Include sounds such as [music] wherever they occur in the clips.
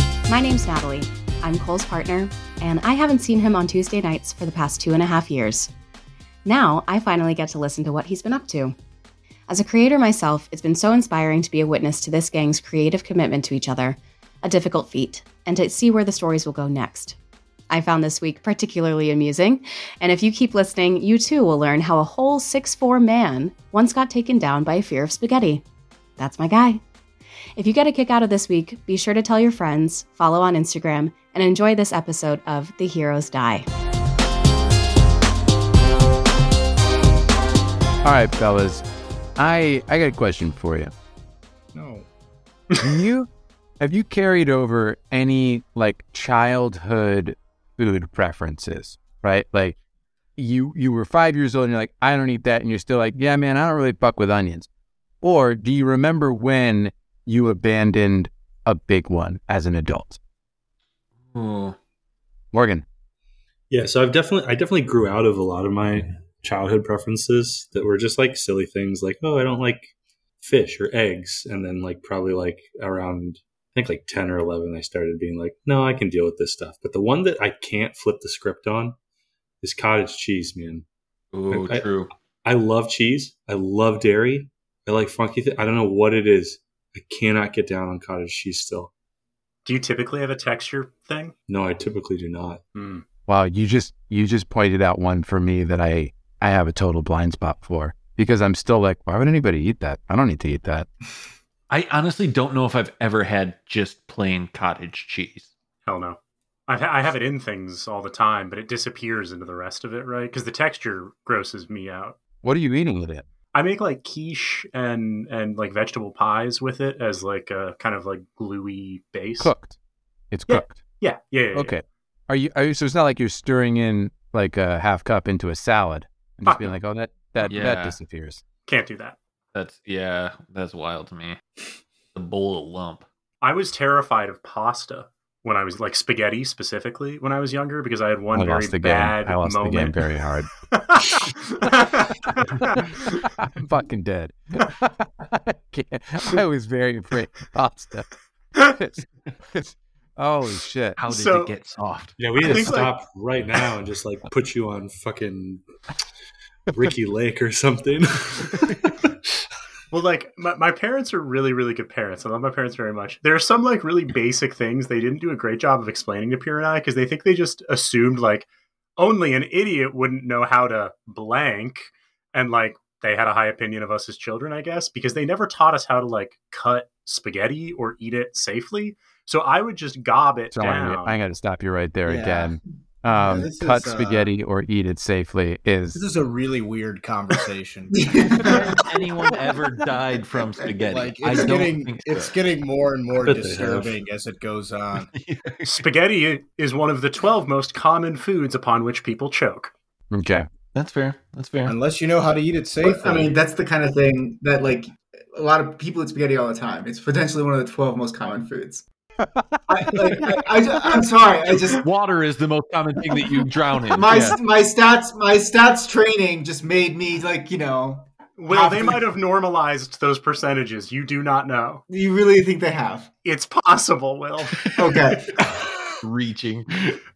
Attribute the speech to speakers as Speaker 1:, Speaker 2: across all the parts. Speaker 1: host, Natalie. I'm Cole's partner, and I haven't seen him on Tuesday nights for the past two and a half years. Now, I finally get to listen to what he's been up to. As a creator myself, it's been so inspiring to be a witness to this gang's creative commitment to each other, a difficult feat, and to see where the stories will go next. I found this week particularly amusing, and if you keep listening, you too will learn how a whole 6'4 man once got taken down by a fear of spaghetti. That's my guy. If you get a kick out of this week, be sure to tell your friends, follow on Instagram, and enjoy this episode of The Heroes Die.
Speaker 2: All right, fellas, I I got a question for you.
Speaker 3: No.
Speaker 2: Can you have you carried over any like childhood food preferences? Right, like you you were five years old and you're like, I don't eat that, and you're still like, yeah, man, I don't really fuck with onions. Or do you remember when you abandoned a big one as an adult,
Speaker 4: Hmm.
Speaker 2: Morgan?
Speaker 3: Yeah, so I've definitely I definitely grew out of a lot of my childhood preferences that were just like silly things like, oh, I don't like fish or eggs. And then like probably like around I think like ten or eleven I started being like, No, I can deal with this stuff. But the one that I can't flip the script on is cottage cheese, man.
Speaker 4: Ooh,
Speaker 3: I- I-
Speaker 4: true.
Speaker 3: I love cheese. I love dairy. I like funky thi- I don't know what it is. I cannot get down on cottage cheese still.
Speaker 5: Do you typically have a texture thing?
Speaker 3: No, I typically do not.
Speaker 4: Mm.
Speaker 2: Wow, you just you just pointed out one for me that I I have a total blind spot for because I'm still like, why would anybody eat that? I don't need to eat that.
Speaker 4: I honestly don't know if I've ever had just plain cottage cheese.
Speaker 5: Hell no. I've ha- I have it in things all the time, but it disappears into the rest of it, right? Because the texture grosses me out.
Speaker 2: What are you eating with it?
Speaker 5: I make like quiche and and like vegetable pies with it as like a kind of like gluey base.
Speaker 2: Cooked. It's
Speaker 5: Yeah.
Speaker 2: cooked.
Speaker 5: Yeah, yeah, yeah, yeah.
Speaker 2: Okay. Are you, are you? So it's not like you're stirring in like a half cup into a salad and just
Speaker 5: Fuck
Speaker 2: being like, oh, that that that
Speaker 4: Yeah.
Speaker 2: disappears.
Speaker 5: Can't do that.
Speaker 4: That's yeah, that's wild to me. The bowl of lump.
Speaker 5: I was terrified of pasta when I was like spaghetti specifically when I was younger because I had one
Speaker 2: I
Speaker 5: very
Speaker 2: lost the game.
Speaker 5: bad
Speaker 2: I lost
Speaker 5: moment.
Speaker 2: the game
Speaker 5: [laughs]
Speaker 2: very hard. [laughs] I'm fucking dead. [laughs] I, can't- I was very afraid of pasta. [laughs] Holy shit!
Speaker 4: How did
Speaker 5: So-
Speaker 4: it get soft?
Speaker 3: Yeah, we
Speaker 5: I
Speaker 3: need to
Speaker 5: think, like-
Speaker 3: stop right now and just like put you on fucking Ricky Lake or something.
Speaker 5: Well, like my, my parents are really, really good parents. I love my parents very much. There are some like really basic things they didn't do a great job of explaining to Pierre and I because they think they just assumed like only an idiot wouldn't know how to blank, and like they had a high opinion of us as children, I guess, because they never taught us how to like cut spaghetti or eat it safely. So I would just gob it
Speaker 2: So I'm
Speaker 5: down.
Speaker 2: gonna, [laughs] I'm gonna stop you right there
Speaker 6: Yeah.
Speaker 7: [laughs]
Speaker 2: again.
Speaker 6: Yeah,
Speaker 2: Um,
Speaker 6: this
Speaker 2: cut
Speaker 6: is, uh,
Speaker 2: spaghetti or eat it safely is
Speaker 7: [laughs]
Speaker 6: This is a really weird conversation.
Speaker 4: Has [laughs] anyone ever died from spaghetti?
Speaker 6: Like
Speaker 4: I
Speaker 6: it's
Speaker 4: don't
Speaker 6: getting
Speaker 4: think so.
Speaker 6: it's getting more and [laughs] more
Speaker 3: I bet they
Speaker 6: disturbing as it goes on.
Speaker 5: Spaghetti is one of the twelve most common foods upon which people choke.
Speaker 2: okay.
Speaker 4: That's fair. That's fair.
Speaker 6: Unless you know how to eat it safely.
Speaker 7: I mean, that's the kind of thing that like a lot of people eat spaghetti all the time. It's potentially one of the twelve most common foods. I, like, I, I, am sorry. I just
Speaker 4: Water is the most common thing that you drown
Speaker 6: [laughs]
Speaker 4: in.
Speaker 7: my
Speaker 4: Yeah.
Speaker 7: my stats my stats training just made me like you know
Speaker 5: Well, they
Speaker 7: Probably.
Speaker 5: might have normalized those percentages. You do not know.
Speaker 7: you really think they have
Speaker 5: It's possible, Will.
Speaker 7: okay.
Speaker 6: [laughs]
Speaker 4: reaching.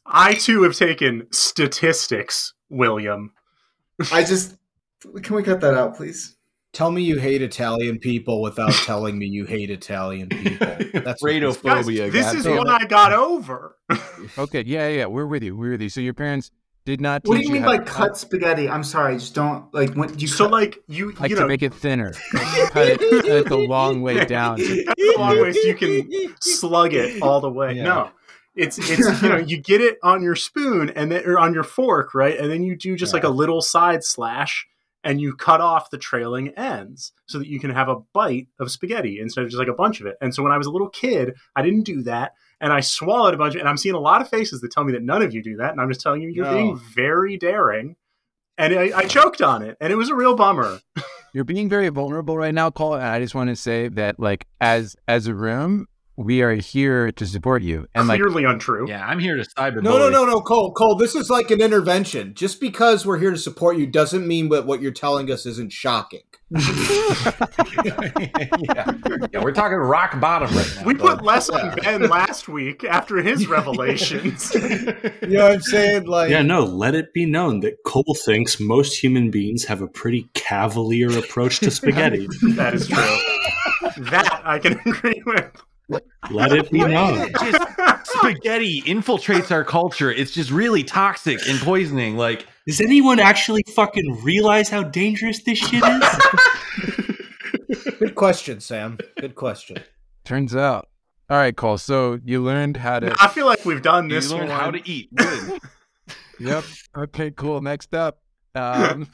Speaker 5: I too have taken statistics, William.
Speaker 7: I just can we cut that out, please?
Speaker 6: Tell me you hate Italian people without telling me you hate
Speaker 8: [laughs]
Speaker 6: Italian people.
Speaker 4: [laughs]
Speaker 6: That's what this-
Speaker 5: Guys,
Speaker 4: Radophobia.
Speaker 5: this
Speaker 4: God
Speaker 5: is
Speaker 4: damn
Speaker 5: what
Speaker 4: it.
Speaker 5: I got over.
Speaker 2: Okay. Yeah. Yeah. We're with you. We're with you. So your parents did not.
Speaker 7: What do
Speaker 2: teach
Speaker 7: you mean
Speaker 2: how
Speaker 7: by
Speaker 2: to-
Speaker 7: cut spaghetti? I'm sorry. Just don't like when
Speaker 5: [laughs]
Speaker 7: you
Speaker 5: So,
Speaker 7: cut- [laughs]
Speaker 5: like you,
Speaker 2: Like
Speaker 5: you
Speaker 2: to
Speaker 5: know,
Speaker 2: make it thinner. Like, cut, it, cut it the long
Speaker 5: [laughs]
Speaker 2: way down. So
Speaker 5: that's a long way so you can slug it all the way.
Speaker 2: Yeah.
Speaker 5: No, it's it's you know you get it on your spoon and then or on your fork, right? And then you do just like a little side slash and you cut off the trailing ends so that you can have a bite of spaghetti instead of just like a bunch of it. And so when I was a little kid, I didn't do that. And I swallowed a bunch, of, and I'm seeing a lot of faces that tell me that none of you do that. And I'm just telling you, you're
Speaker 6: No.
Speaker 5: being very daring. And I, I choked on it, and it was a real bummer.
Speaker 2: You're being very vulnerable right now, Cole. And I just want to say that, like, as as a room, we are here to support you. And like,
Speaker 5: Clearly untrue.
Speaker 4: Yeah, I'm here to cyber.
Speaker 6: No, no, no, no, Cole, Cole. This is like an intervention. Just because we're here to support you doesn't mean that what you're telling us isn't shocking.
Speaker 9: yeah. yeah, we're talking rock bottom right now.
Speaker 5: We
Speaker 9: bud.
Speaker 5: put less on Ben last week after
Speaker 2: [laughs]
Speaker 5: his revelations.
Speaker 6: You know what I'm saying? Like,
Speaker 3: Yeah, no, let it be known that Cole thinks most human beings have a pretty cavalier approach
Speaker 4: [laughs]
Speaker 3: to spaghetti.
Speaker 5: that is true. That I can [laughs] agree with.
Speaker 3: let it be known.
Speaker 4: Just spaghetti infiltrates our culture. It's just really toxic and poisoning. Like
Speaker 3: Does anyone actually fucking realize how dangerous this shit is?
Speaker 6: good question, Sam. Good question.
Speaker 2: turns out, all right, Cole. So you learned how
Speaker 5: [laughs]
Speaker 2: to.
Speaker 5: I feel like we've done
Speaker 4: you
Speaker 5: this
Speaker 4: learn
Speaker 5: one.
Speaker 4: how to [laughs] eat. Good.
Speaker 2: Yep. Okay, cool. Next up. Um,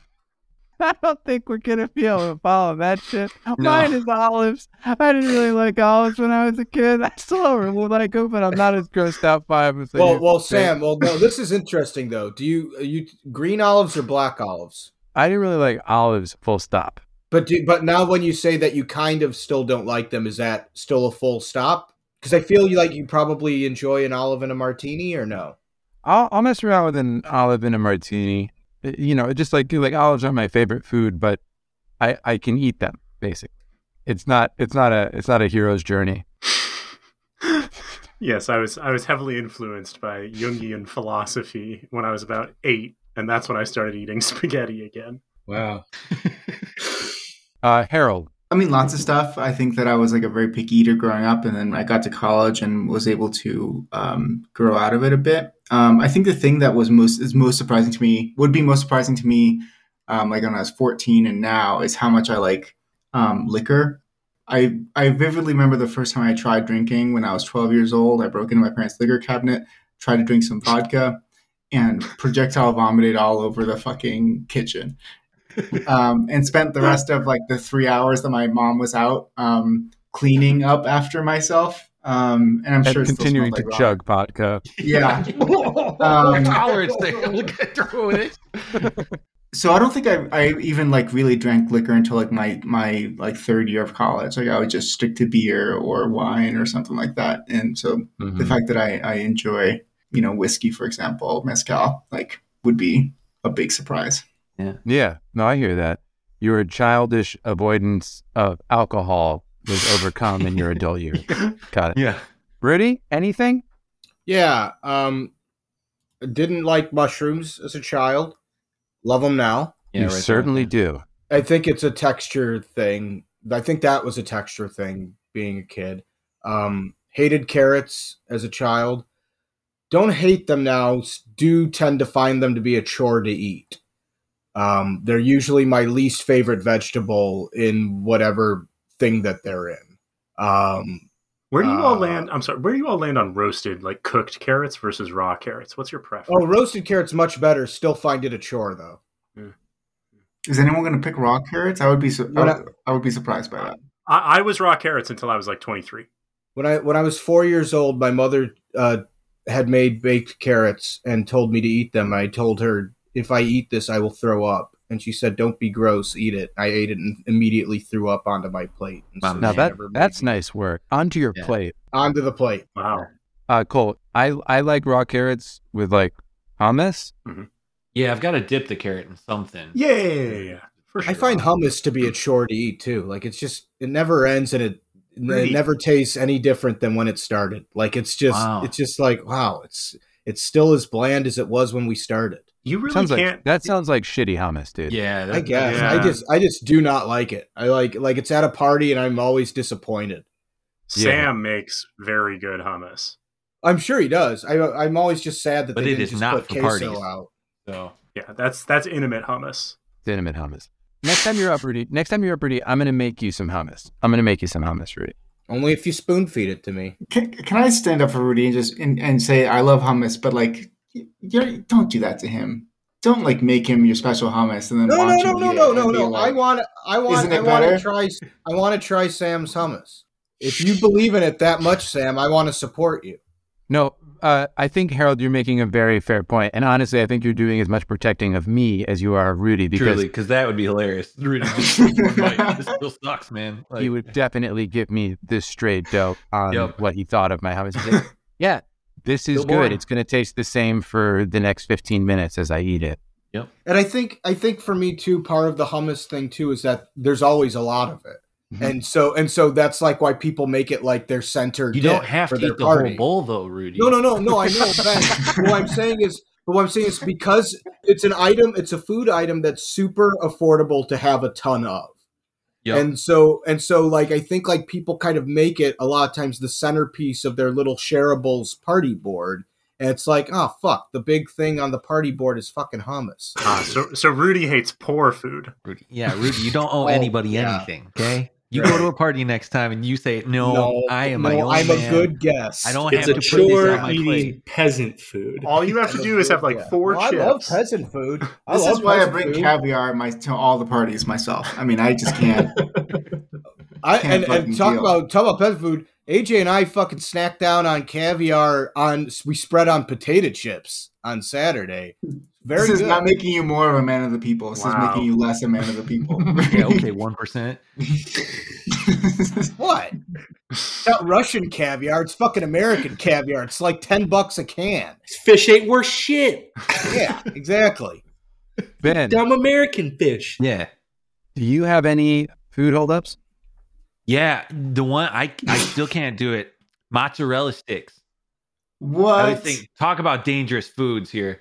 Speaker 2: I don't think we're going to be able to follow that shit. Mine is olives. I didn't really like olives when I was a kid. I still don't like them, but I'm not as grossed out by them. as I
Speaker 6: Well,
Speaker 2: used
Speaker 6: well,
Speaker 2: to be.
Speaker 6: Sam. Well, no, this is interesting though. Do you are you green olives or black olives?
Speaker 2: I didn't really like olives, full stop.
Speaker 6: But do, but now when you say that you kind of still don't like them, is that still a full stop? Because I feel you like you probably enjoy an olive and a martini, or no?
Speaker 2: I'll, I'll mess around with an olive and a martini. Uh, You know, just like like olives aren't my favorite food, but I I can eat them basically. It's not it's not a it's not a hero's journey.
Speaker 5: Yes, I was I was heavily influenced by Jungian philosophy when I was about eight, and that's when I started eating [laughs] spaghetti again.
Speaker 9: Wow.
Speaker 4: [laughs]
Speaker 2: Uh, Harold,
Speaker 7: I mean, lots of stuff. I think that I was like a very picky eater growing up, and then I got to college and was able to um, grow out of it a bit. Um, I think the thing that was most is most surprising to me would be most surprising to me, um, like when I was fourteen and now is how much I like um, liquor. I I vividly remember the first time I tried drinking when I was twelve years old. I broke into my parents' liquor cabinet, tried to drink some vodka, and projectile vomited all over the fucking kitchen
Speaker 2: [laughs]
Speaker 7: um, and spent the rest of like the three hours that my mom was out um, cleaning up after myself. Um, and I'm
Speaker 2: and
Speaker 7: sure it still
Speaker 2: continuing to
Speaker 7: smelled like
Speaker 2: chug
Speaker 7: [laughs]
Speaker 2: vodka.
Speaker 7: Yeah.
Speaker 9: um, tolerance there. Look at through with it.
Speaker 7: So I don't think I, I even like really drank liquor until like my my like third year of college. Like I would just stick to beer or wine or something like that. And so
Speaker 5: Mm-hmm.
Speaker 7: the
Speaker 6: Mm.
Speaker 7: fact that I, I enjoy you know whiskey, for example, mezcal, like would be a big surprise.
Speaker 2: Yeah, no, I hear that. Your childish avoidance of alcohol was overcome in your adult years. Got it.
Speaker 4: yeah.
Speaker 2: Rudy, anything?
Speaker 6: Yeah. Um, didn't like mushrooms as a child. Love them now.
Speaker 4: Yeah,
Speaker 2: you
Speaker 4: right there.
Speaker 2: certainly do.
Speaker 6: I think it's a texture thing. I think that was a texture thing being a kid. Um, hated carrots as a child. Don't hate them now. s- Do tend to find them to be a chore to eat. Um, they're usually my least favorite vegetable in whatever thing that they're in. Um,
Speaker 5: Where do you all
Speaker 6: Uh,
Speaker 5: land? I'm sorry. Where do you all land on roasted, like cooked carrots versus raw carrots? What's your preference?
Speaker 6: oh, roasted carrots much better. Still find it a chore though.
Speaker 7: Is anyone going to pick raw carrots? I would be su- I,
Speaker 6: What I-
Speaker 7: would, I would be surprised by that.
Speaker 5: I, I was raw carrots until I was like 23.
Speaker 6: When I when I was four years old, my mother uh, had made baked carrots and told me to eat them. I told her if I eat this, I will throw up, and she said, "Don't be gross, eat it." I ate it and immediately threw up onto my plate. And
Speaker 4: Wow.
Speaker 2: Now
Speaker 6: she
Speaker 2: that
Speaker 6: never made
Speaker 2: that's
Speaker 6: me-
Speaker 2: nice work. Onto your
Speaker 4: Yeah.
Speaker 2: plate.
Speaker 6: onto the plate.
Speaker 5: Wow.
Speaker 2: Uh, Cole, I I like raw carrots with like hummus.
Speaker 4: Yeah, I've got to dip the carrot in something.
Speaker 5: Yeah, yeah, yeah, yeah, yeah. For sure.
Speaker 6: I find hummus to be a chore to eat too. Like it's just it never ends, and it
Speaker 5: Really?
Speaker 6: it never tastes any different than when it started. Like it's just
Speaker 4: Wow.
Speaker 6: it's just like wow, it's it's still as bland as it was when we started.
Speaker 5: you really
Speaker 2: sounds
Speaker 5: can't.
Speaker 2: like that sounds like shitty hummus, dude.
Speaker 4: [laughs] Yeah,
Speaker 6: I
Speaker 4: that-
Speaker 6: guess I
Speaker 5: yeah.
Speaker 6: just I just do not like it. I like like it's at a party and I'm always disappointed.
Speaker 5: Sam makes very good hummus.
Speaker 6: I'm sure he does. I I'm always just sad that
Speaker 4: But
Speaker 6: they
Speaker 4: it
Speaker 6: didn't
Speaker 4: is
Speaker 6: just
Speaker 4: not
Speaker 6: put
Speaker 4: for
Speaker 6: queso
Speaker 4: parties.
Speaker 6: out.
Speaker 4: so.
Speaker 5: Yeah, that's that's intimate hummus.
Speaker 2: Cinnamon hummus. Next time you're up, Rudy. Next time you're up, Rudy, I'm gonna make you some hummus. I'm gonna make you some hummus, Rudy.
Speaker 6: Only if you spoon feed it to me.
Speaker 7: Can, can I stand up for Rudy and just and, and say I love hummus, but like, you you don't do that to him. Don't like make him your special hummus and then
Speaker 6: No no
Speaker 7: watch
Speaker 6: no
Speaker 7: him
Speaker 6: no
Speaker 7: eat it
Speaker 6: no
Speaker 7: and
Speaker 6: no
Speaker 7: be
Speaker 6: no.
Speaker 7: like-
Speaker 6: I want I want
Speaker 7: Isn't it
Speaker 6: I want to
Speaker 7: better?
Speaker 6: try I want
Speaker 7: [laughs]
Speaker 6: to try Sam's hummus. If you believe in it that much, Sam, I want to support you.
Speaker 2: No, uh, I think Harold, you're making a very fair point, and honestly, I think you're doing as much protecting of me as you are of Rudy because
Speaker 4: Truly, because that would be hilarious. [laughs] Rudy just one [laughs] bite. This still sucks, man. Like,
Speaker 2: he would definitely give me this straight dope on
Speaker 4: Yep.
Speaker 2: what he thought of my house. He's
Speaker 4: [laughs]
Speaker 2: like, yeah, this is
Speaker 4: Still warm.
Speaker 2: good. It's going to taste the same for the next 15 minutes as I eat it.
Speaker 6: And I think I think for me too, part of the hummus thing too is that there's always a lot of it.
Speaker 4: Mm-hmm.
Speaker 6: And so and so that's like why people make it like their center.
Speaker 4: you
Speaker 6: dip
Speaker 4: don't have
Speaker 6: for
Speaker 4: to
Speaker 6: their
Speaker 4: eat the
Speaker 6: party.
Speaker 4: whole bowl, though, Rudy.
Speaker 6: No, no, no, no.
Speaker 5: [laughs]
Speaker 6: I know. Ben. what I'm saying is, but what I'm saying is because it's an item, it's a food item that's super affordable to have a ton of.
Speaker 4: Yep.
Speaker 6: And so, and so, like I think, like people kind of make it a lot of times the centerpiece of their little shareables party board, and it's like, oh fuck, the big thing on the party board is fucking hummus.
Speaker 5: Ah, so, so Rudy hates poor food.
Speaker 4: Rudy. Yeah, Rudy, you don't owe
Speaker 6: [laughs] Oh,
Speaker 4: anybody
Speaker 6: yeah.
Speaker 4: anything. Okay. You
Speaker 5: Right.
Speaker 4: go to a party next time and you say, No, I am my
Speaker 6: no,
Speaker 4: own
Speaker 6: I'm
Speaker 4: man.
Speaker 6: a good guest.
Speaker 4: I don't
Speaker 3: It's
Speaker 4: have
Speaker 3: a
Speaker 4: to put this
Speaker 3: chore
Speaker 4: on my plate.
Speaker 3: eating peasant food.
Speaker 5: All you have to do is have like
Speaker 6: Yeah.
Speaker 5: four
Speaker 6: No,
Speaker 5: chips.
Speaker 6: I love peasant food. I
Speaker 7: This
Speaker 6: love
Speaker 7: is why I
Speaker 6: peasant
Speaker 7: bring
Speaker 6: food.
Speaker 7: caviar my, to all the parties myself. I mean, I just can't.
Speaker 6: I
Speaker 7: Can't
Speaker 6: and,
Speaker 7: fucking
Speaker 6: and talk
Speaker 7: deal.
Speaker 6: about talk about pet food. AJ and I fucking snacked down on caviar on we spread on potato chips on Saturday. [laughs] Very
Speaker 7: this is
Speaker 6: good.
Speaker 7: not making you more of a man of the people. This
Speaker 5: Wow.
Speaker 7: is making you less a man of the people.
Speaker 4: [laughs] Yeah,
Speaker 7: [laughs]
Speaker 4: okay, one percent.
Speaker 6: what? It's not Russian caviar. It's fucking American caviar. It's like ten bucks a can.
Speaker 3: Fish ain't worth shit.
Speaker 7: [laughs]
Speaker 6: Yeah, exactly.
Speaker 2: Ben,
Speaker 3: Dumb American fish.
Speaker 4: Yeah.
Speaker 2: do you have any food holdups?
Speaker 4: Yeah. The one I I still can't do it. Mozzarella sticks. I
Speaker 7: what?
Speaker 4: would think talk about dangerous foods here.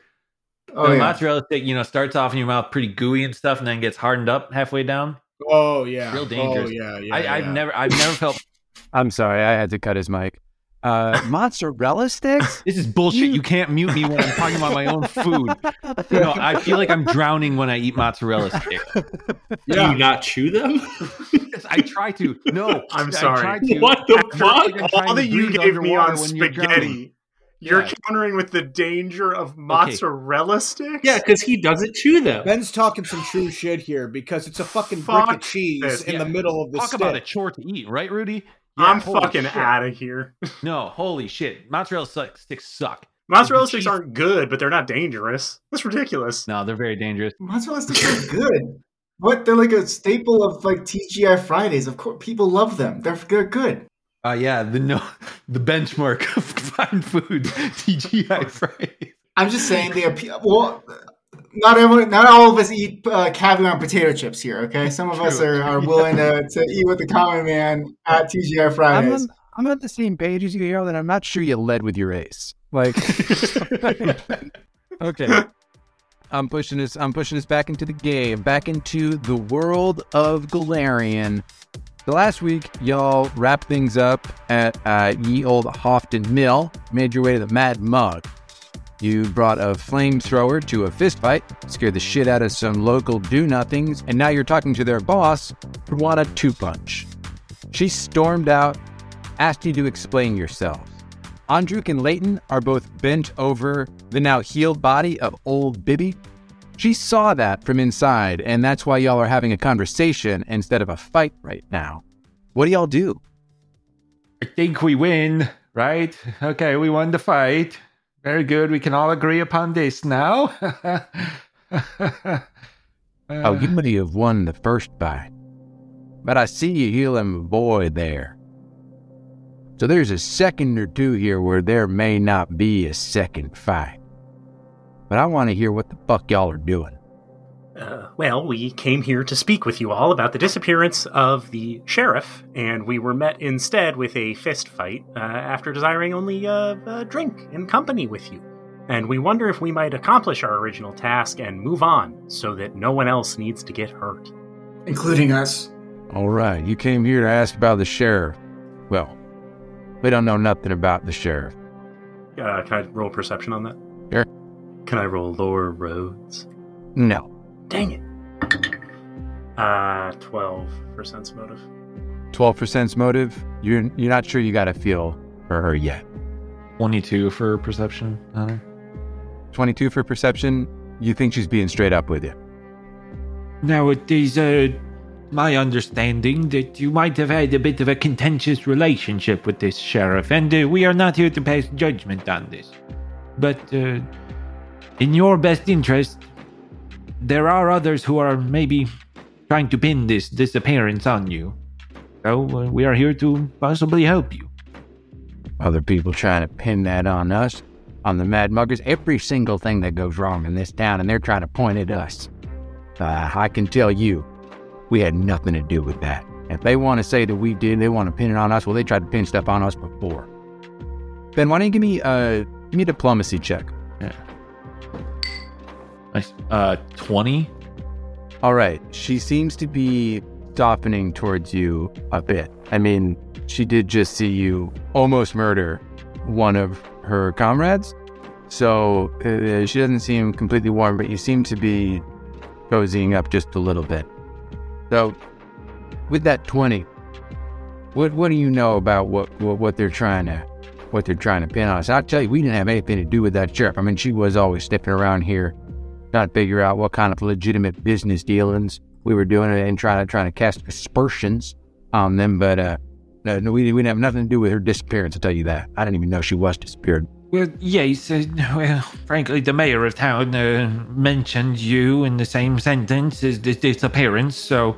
Speaker 7: oh,
Speaker 4: the
Speaker 7: yeah.
Speaker 4: mozzarella stick, you know, starts off in your mouth pretty gooey and stuff, and then gets hardened up halfway down.
Speaker 6: Oh yeah.
Speaker 4: Real dangerous.
Speaker 6: Oh yeah. yeah
Speaker 4: I,
Speaker 6: yeah.
Speaker 4: I've never, I've never felt
Speaker 2: I'm sorry, I had to cut his mic. [laughs] Uh, mozzarella sticks?
Speaker 4: this is bullshit. You can't mute me when I'm talking about my own food. You know, I feel like I'm drowning when I eat mozzarella sticks.
Speaker 3: Do you not chew them?
Speaker 4: Yes, I try to. No,
Speaker 5: I'm
Speaker 4: I
Speaker 5: sorry.
Speaker 4: try to.
Speaker 3: [laughs] [laughs] what the
Speaker 4: I feel like
Speaker 3: fuck?
Speaker 4: I'm trying
Speaker 5: All
Speaker 4: to
Speaker 5: that you
Speaker 4: breathe
Speaker 5: gave me
Speaker 4: underwater
Speaker 5: on
Speaker 4: when you're drowning.
Speaker 5: spaghetti, you're
Speaker 4: Yeah.
Speaker 5: countering with the danger of mozzarella sticks.
Speaker 3: Yeah, because he doesn't chew them.
Speaker 6: Ben's talking some true shit here because it's a fucking brick
Speaker 5: Fuck
Speaker 6: of cheese
Speaker 5: this.
Speaker 6: in
Speaker 4: Yeah.
Speaker 6: the middle of the
Speaker 4: Talk
Speaker 6: stick.
Speaker 4: about a chore to eat, right, Rudy?
Speaker 5: I'm
Speaker 4: Yeah, holy
Speaker 5: fucking
Speaker 4: shit.
Speaker 5: out of here.
Speaker 4: No, holy shit. Mozzarella suck- sticks suck.
Speaker 5: Mozzarella sticks
Speaker 4: Jeez.
Speaker 5: aren't good, but they're not dangerous. That's ridiculous.
Speaker 4: No, they're very dangerous.
Speaker 7: Mozzarella sticks are good. What? They're like a staple of like TGI Fridays. Of course, people love them. They're, they're good.
Speaker 4: Uh, yeah, the no, [laughs] the benchmark of [laughs] fine food, [laughs] TGI Fridays.
Speaker 7: I'm just saying they appeal. Well, not everyone, not all of us eat uh, caviar and potato chips here. Okay, some of us
Speaker 4: True. [laughs]
Speaker 7: are, are willing to, to eat with the common man at TGI
Speaker 2: I'm
Speaker 7: Fridays.
Speaker 2: on, I'm on the same page as you, Harold, and I'm not sure you led with your ace. Like, [laughs] okay, I'm pushing this. I'm pushing this back into the game, back into the world of Galarian. The last week, y'all wrapped things up at uh, ye old Hofton Mill. Made your way to the Mad Mug. You brought a flamethrower to a fistfight, scared the shit out of some local do nothings, and now you're talking to their boss, who want a two punch. She stormed out, asked you to explain yourself. Andruk and Leighton are both bent over the now healed body of old Bibby. She saw that from inside, and that's why y'all are having a conversation instead of a fight right now. What do y'all do?
Speaker 4: I think we win, right? Okay, we won the fight. Very good. We can all agree upon this now. [laughs]
Speaker 2: oh, you may have won the first fight, but I see you healing the boy there. So there's a second or two here where there may not be a second fight. But I want to hear what the fuck y'all are doing.
Speaker 5: Uh, well, we came here to speak with you all about the disappearance of the sheriff, and we were met instead with a fist fight uh, after desiring only uh, a drink and company with you. And we wonder if we might accomplish our original task and move on so that no one else needs to get hurt.
Speaker 7: including us.
Speaker 2: All right, you came here to ask about the sheriff. Well, we don't know nothing about the sheriff.
Speaker 5: Uh, can I roll perception on that?
Speaker 2: Sure.
Speaker 5: Can I roll lower roads?
Speaker 2: No.
Speaker 5: Dang it. Uh, 12 for sense motive.
Speaker 2: 12%'s motive? You're, you're not sure you got a feel for her yet.
Speaker 4: 22 for perception, Hunter.
Speaker 2: 22 for perception? You think she's being straight up with you.
Speaker 4: Nowadays, uh, my understanding that you might have had a bit of a contentious relationship with this sheriff, and uh, we are not here to pass judgment on this. But uh, in your best interest, there are others who are maybe trying to pin this disappearance on you. So uh, we are here to possibly help you.
Speaker 2: Other people trying to pin that on us, on the Mad Muggers. Every single thing that goes wrong in this town, and they're trying to point at us. Uh, I can tell you, we had nothing to do with that. If they want to say that we did, they want to pin it on us. Well, they tried to pin stuff on us before. Ben, why don't you give me uh, give me a diplomacy check?
Speaker 4: Nice. Uh, 20?
Speaker 2: All right. She seems to be softening towards you a bit. I mean, she did just see you almost murder one of her comrades. So uh, she doesn't seem completely warm, but you seem to be cozying up just a little bit. So, with that 20, what what do you know about what, what, what they're trying to what they're trying to pin on us? I'll tell you, we didn't have anything to do with that sheriff. I mean, she was always stepping around here trying to figure out what kind of legitimate business dealings we were doing and trying to trying to cast aspersions on them. But uh, no, no, we, we didn't have nothing to do with her disappearance. I'll tell you that. I didn't even know she was disappeared.
Speaker 4: Well, yes. Uh, well, frankly, the mayor of town uh, mentioned you in the same sentence as this disappearance. So,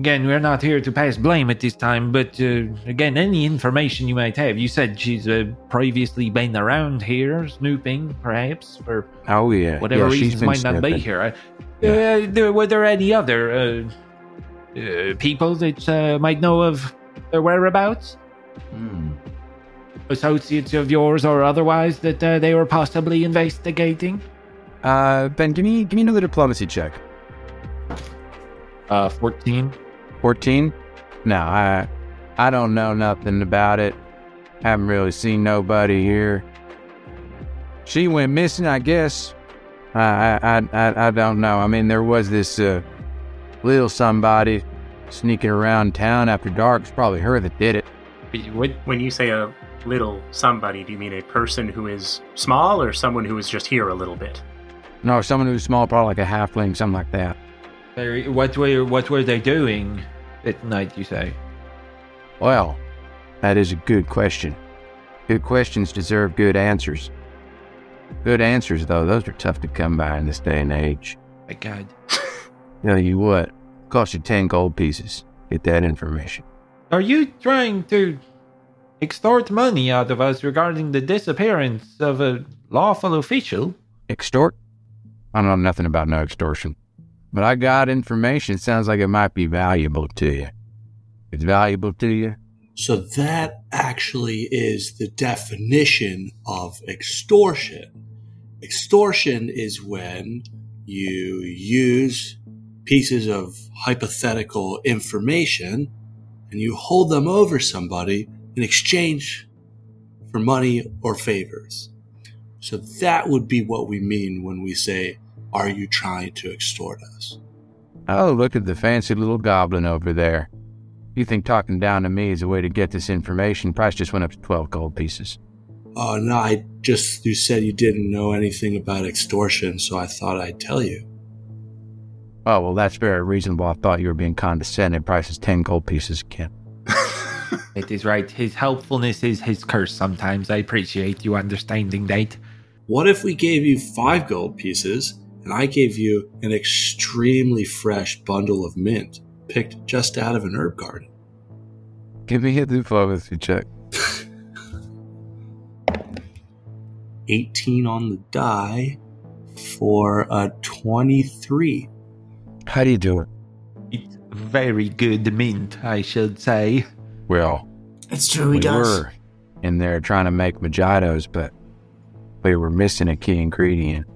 Speaker 4: again, we're not here to pass blame at this time. But uh, again, any information you might have, you said she's uh, previously been around here, snooping, perhaps for
Speaker 2: Oh yeah,
Speaker 4: whatever
Speaker 2: yeah, she's
Speaker 4: reasons
Speaker 2: been
Speaker 4: might not be
Speaker 2: sniffing.
Speaker 4: here. I,
Speaker 2: Yeah.
Speaker 4: uh, there, were there any other uh, uh, people that uh, might know of their whereabouts? Hmm. Associates of yours or otherwise that uh, they were possibly investigating?
Speaker 2: Uh, ben, give me give me another diplomacy check.
Speaker 4: Uh, 14.
Speaker 2: 14? No, I I don't know nothing about it. Haven't really seen nobody here. She went missing, I guess. I I I- I, I don't know. I mean, there was this uh, little somebody sneaking around town after dark. It's probably her that did it.
Speaker 4: What?
Speaker 5: When you say a little somebody, do you mean a person who is small or someone who is just here a little bit?
Speaker 2: No, someone who's small, probably like a halfling, something like that.
Speaker 4: They- What were what were they doing at night? You say?
Speaker 2: Well, that is a good question. Good questions deserve good answers. Good answers, though, those are tough to come by in this day and age.
Speaker 4: My God.
Speaker 2: Tell you what, cost you 10 gold pieces. Get that information.
Speaker 4: Are you trying to extort money out of us regarding the disappearance of a lawful official?
Speaker 2: Extort? I don't know nothing about no extortion. But I got information. Sounds like it might be valuable to you. It's valuable to you?
Speaker 8: So that actually is the definition of extortion. Extortion is when you use pieces of hypothetical information and you hold them over somebody in exchange for money or favors. So that would be what we mean when we say, Are you trying to extort us?
Speaker 2: Oh, look at the fancy little goblin over there. You think talking down to me is a way to get this information? Price just went up to 12 gold pieces.
Speaker 8: Oh, no, I just, you said you didn't know anything about extortion, so I thought I'd tell you.
Speaker 2: Oh, well, that's very reasonable. I thought you were being condescending. Price is 10 gold pieces again.
Speaker 4: It is right. His helpfulness is his curse. Sometimes I appreciate you understanding that.
Speaker 8: What if we gave you five gold pieces and I gave you an extremely fresh bundle of mint picked just out of an herb garden?
Speaker 2: Give me a diplomacy check.
Speaker 8: 18 on the die for a 23.
Speaker 2: How do you do it?
Speaker 4: It's very good mint, I should say.
Speaker 2: Well,
Speaker 7: It's true, he does. [laughs]
Speaker 2: were in there trying to make mojitos, but we were missing a key ingredient.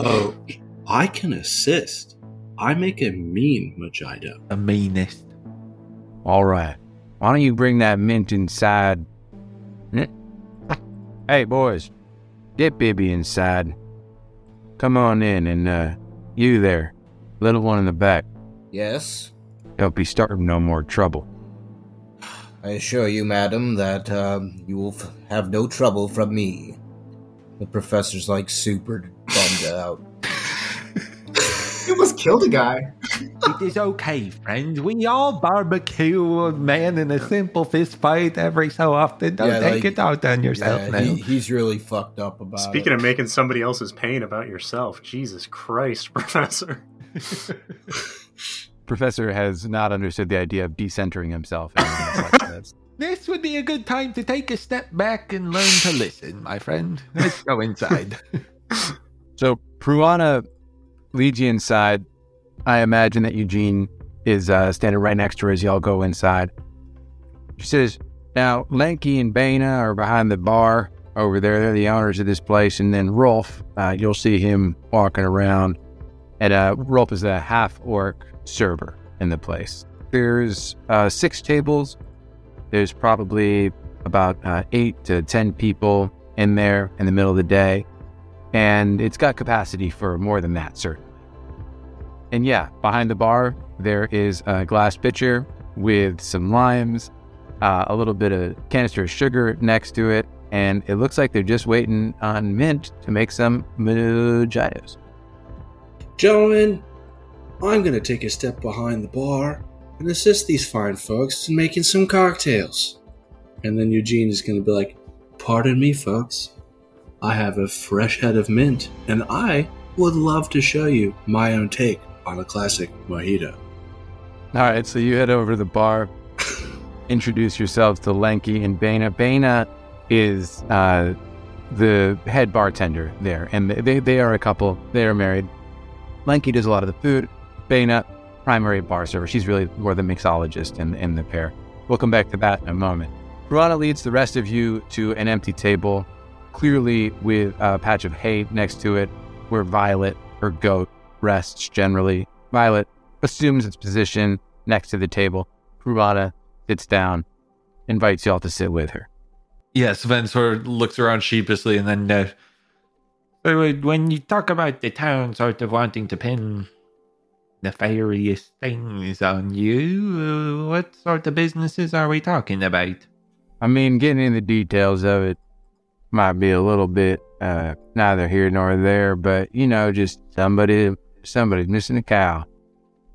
Speaker 8: oh, I can assist. I make a mean mojito.
Speaker 4: The meanest.
Speaker 2: All right. Why don't you bring that mint inside? Hmm? Hey, boys, get Bibby inside. Come on in, and uh, you there, little one in the back,
Speaker 6: Yes,
Speaker 2: don't be starting no more trouble.
Speaker 6: I assure you, madam, that um, you will f- have no trouble from me. The professor's like super bummed out.
Speaker 7: He almost killed a guy.
Speaker 4: it is okay, friend. We all barbecue a man in a simple fist fight every so often. Don't
Speaker 6: Yeah,
Speaker 4: take
Speaker 6: like-
Speaker 4: it out on yourself
Speaker 6: Yeah,
Speaker 4: now.
Speaker 6: he, he's really fucked up about
Speaker 5: Speaking
Speaker 6: it.
Speaker 5: of making somebody else's pain about yourself, Jesus Christ, [laughs] Professor.
Speaker 2: Professor has not understood the idea of decentering [laughs] himself. and things like that.
Speaker 4: This would be a good time to take a step back and learn to listen, my friend. Let's go inside.
Speaker 2: So Pruana leads you inside. I imagine that Eugene is uh, standing right next to her as y'all go inside. She says, "Now Lanky and Bana are behind the bar over there. They're the owners of this place, and then Rolf. Uh, you'll see him walking around. And uh, Rolf is a half orc server in the place. There's uh, six tables. There's probably about uh, eight to ten people in there in the middle of the day and it's got capacity for more than that, certainly. And yeah, behind the bar, there is a glass pitcher with some limes, uh, a little bit of canister of sugar next to it, and it looks like they're just waiting on Mint to make some mojitos.
Speaker 8: Gentlemen, I'm going to take a step behind the bar and assist these fine folks in making some cocktails. And then Eugene is going to be like, Pardon me, folks. I have a fresh head of mint, and I would love to show you my own take on a classic mojito.
Speaker 2: All right, so you head over to the bar, introduce yourselves to Lanky and Bana. Bana is uh, the head bartender there, and they, they are a couple. They are married. Lanky does a lot of the food. Bana, primary bar server. She's really more the mixologist in, in the pair. We'll come back to that in a moment. Rana leads the rest of you to an empty table, clearly with a patch of hay next to it, where Violet, her goat, rests generally. Violet assumes its position next to the table. Rubata sits down, invites y'all to sit with her.
Speaker 4: Yes, Ven sort of looks around sheepishly and then. Uh, so uh, when you talk about the town sort of wanting to pin nefarious things on you, uh, what sort of businesses are we talking about?
Speaker 2: I mean, getting into the details of it might be a little bit uh, neither here nor there, but you know, just somebody, somebody's missing a cow,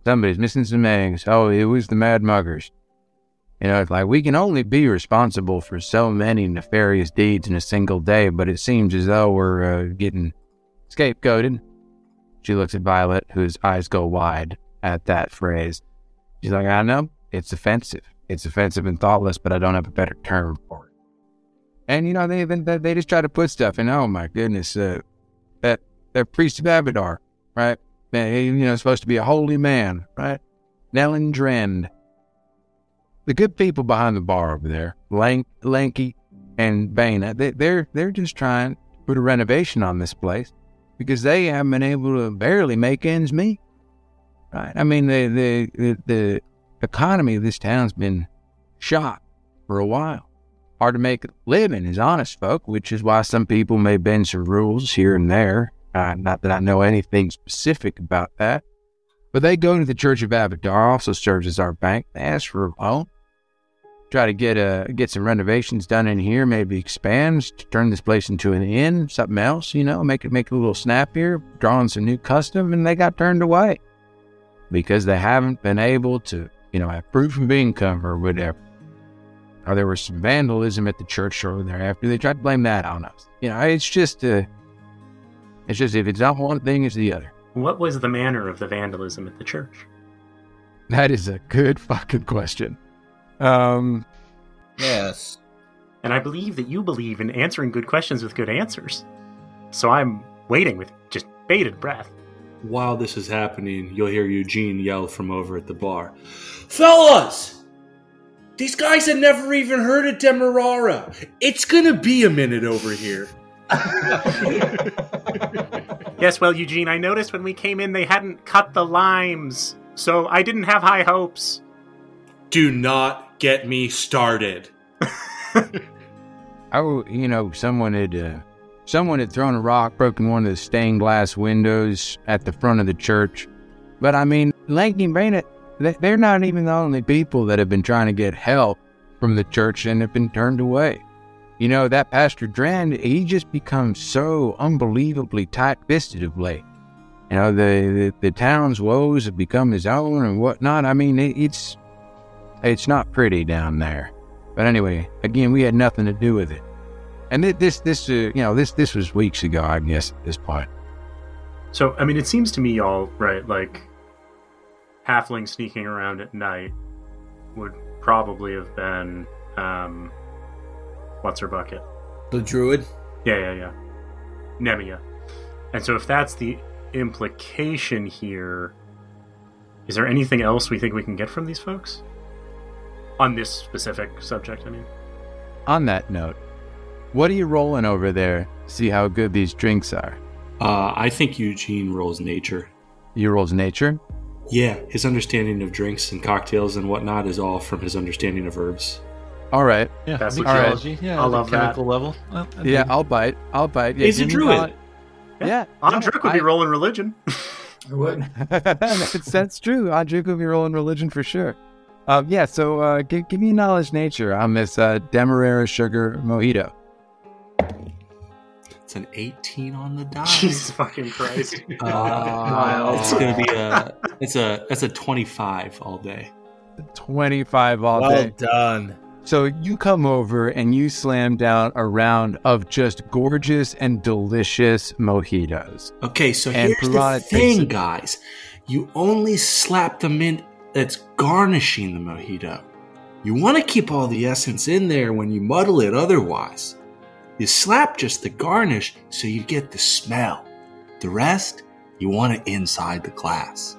Speaker 2: somebody's missing some eggs. Oh, it was the Mad Muggers. You know, it's like we can only be responsible for so many nefarious deeds in a single day, but it seems as though we're uh, getting scapegoated. She looks at Violet, whose eyes go wide at that phrase. She's like, I know, it's offensive. It's offensive and thoughtless, but I don't have a better term for it. And you know, they even they- they just try to put stuff in. Oh my goodness, uh, that that priest of Abadar, right? Man, he, you know, supposed to be a holy man, right? Nellin Drend. The good people behind the bar over there, Lank, Lanky and Bana, they, they're they're just trying to put a renovation on this place because they haven't been able to barely make ends meet. Right? I mean, the the the, the economy of this town's been shot for a while. Hard to make a living as honest folk, which is why some people may bend some rules here and there. Uh, not that I know anything specific about that. But they go to the Church of Abadar, also serves as our bank. They ask for a loan. Try to get uh, get some renovations done in here, maybe expand, s- turn this place into an inn, something else, you know, make it make it a little snappier, draw in some new custom, and they got turned away because they haven't been able to, you know, have proof of income or whatever. Or there was some vandalism at the church over there after they tried to blame that on us. You know, it's just, uh, it's just if it's not one thing, it's the other. [laughs]
Speaker 5: What was the manner of the vandalism at the church?
Speaker 2: That is a good fucking question. Um,
Speaker 6: yes.
Speaker 5: And I believe that you believe in answering good questions with good answers. So I'm waiting with just bated breath.
Speaker 3: While this is happening, you'll hear Eugene yell from over at the bar.
Speaker 8: Fellas! These guys had never even heard of Demerara. It's gonna be a minute over here.
Speaker 5: Yes, well, Eugene, I noticed when we came in they hadn't cut the limes, so I didn't have high hopes.
Speaker 8: Do not get me started.
Speaker 2: I, w- you know, someone had, uh, someone had thrown a rock, broken one of the stained glass windows at the front of the church. But I mean, Lanky and Bennett, they- they're not even the only people that have been trying to get help from the church and have been turned away. You know, that Pastor Drand, he just becomes so unbelievably tight fisted of late. you know, the, the, the town's woes have become his own and whatnot. I mean, it, it's it's not pretty down there. But anyway, again, we had nothing to do with it. And thi- this this uh, you know this this was weeks ago, I guess at this point.
Speaker 5: So, I mean, it seems to me, y'all, right, like halfling sneaking around at night would probably have been, um, what's her bucket?
Speaker 10: The druid.
Speaker 5: Yeah, yeah, yeah. Nemia. And so, if that's the implication here, is there anything else we think we can get from these folks? On this specific subject, I mean.
Speaker 2: On that note, what are you rolling over there? See how good these drinks are.
Speaker 8: Uh, I think Eugene rolls nature.
Speaker 2: You rolls nature.
Speaker 8: Yeah, his understanding of drinks and cocktails and whatnot is all from his understanding of herbs.
Speaker 2: All right.
Speaker 4: Yeah,
Speaker 5: That's
Speaker 4: the
Speaker 5: what-
Speaker 4: geology. Yeah,
Speaker 5: I
Speaker 4: the
Speaker 5: love that.
Speaker 4: chemical level. Well, I
Speaker 2: Yeah,
Speaker 4: think-
Speaker 2: I'll bite. I'll bite. Yeah,
Speaker 8: He's a
Speaker 2: give me
Speaker 8: druid.
Speaker 2: that. Yeah, [laughs]
Speaker 5: Andrick would be
Speaker 2: I-
Speaker 5: rolling religion.
Speaker 7: I would.
Speaker 2: that's, that's true. Andrick would be rolling religion for sure. Um, yeah, so uh, give, give me knowledge nature on this uh, Demerara sugar mojito.
Speaker 8: It's an 18 on the die. [laughs]
Speaker 5: [laughs] Jesus fucking Christ.
Speaker 10: Uh,
Speaker 8: Uh, it's gonna be a it's a that's a 25 all day.
Speaker 2: 25 all
Speaker 10: well
Speaker 2: day.
Speaker 10: done.
Speaker 2: So you come over and you slam down a round of just gorgeous and delicious mojitos.
Speaker 8: Okay, so
Speaker 2: And
Speaker 8: here's the
Speaker 2: piranha
Speaker 8: thing,
Speaker 2: takes it.
Speaker 8: guys. You only slap the mint that's garnishing the mojito. You want to keep all the essence in there when you muddle it otherwise. You slap just the garnish so you get the smell. The rest, you want it inside the glass.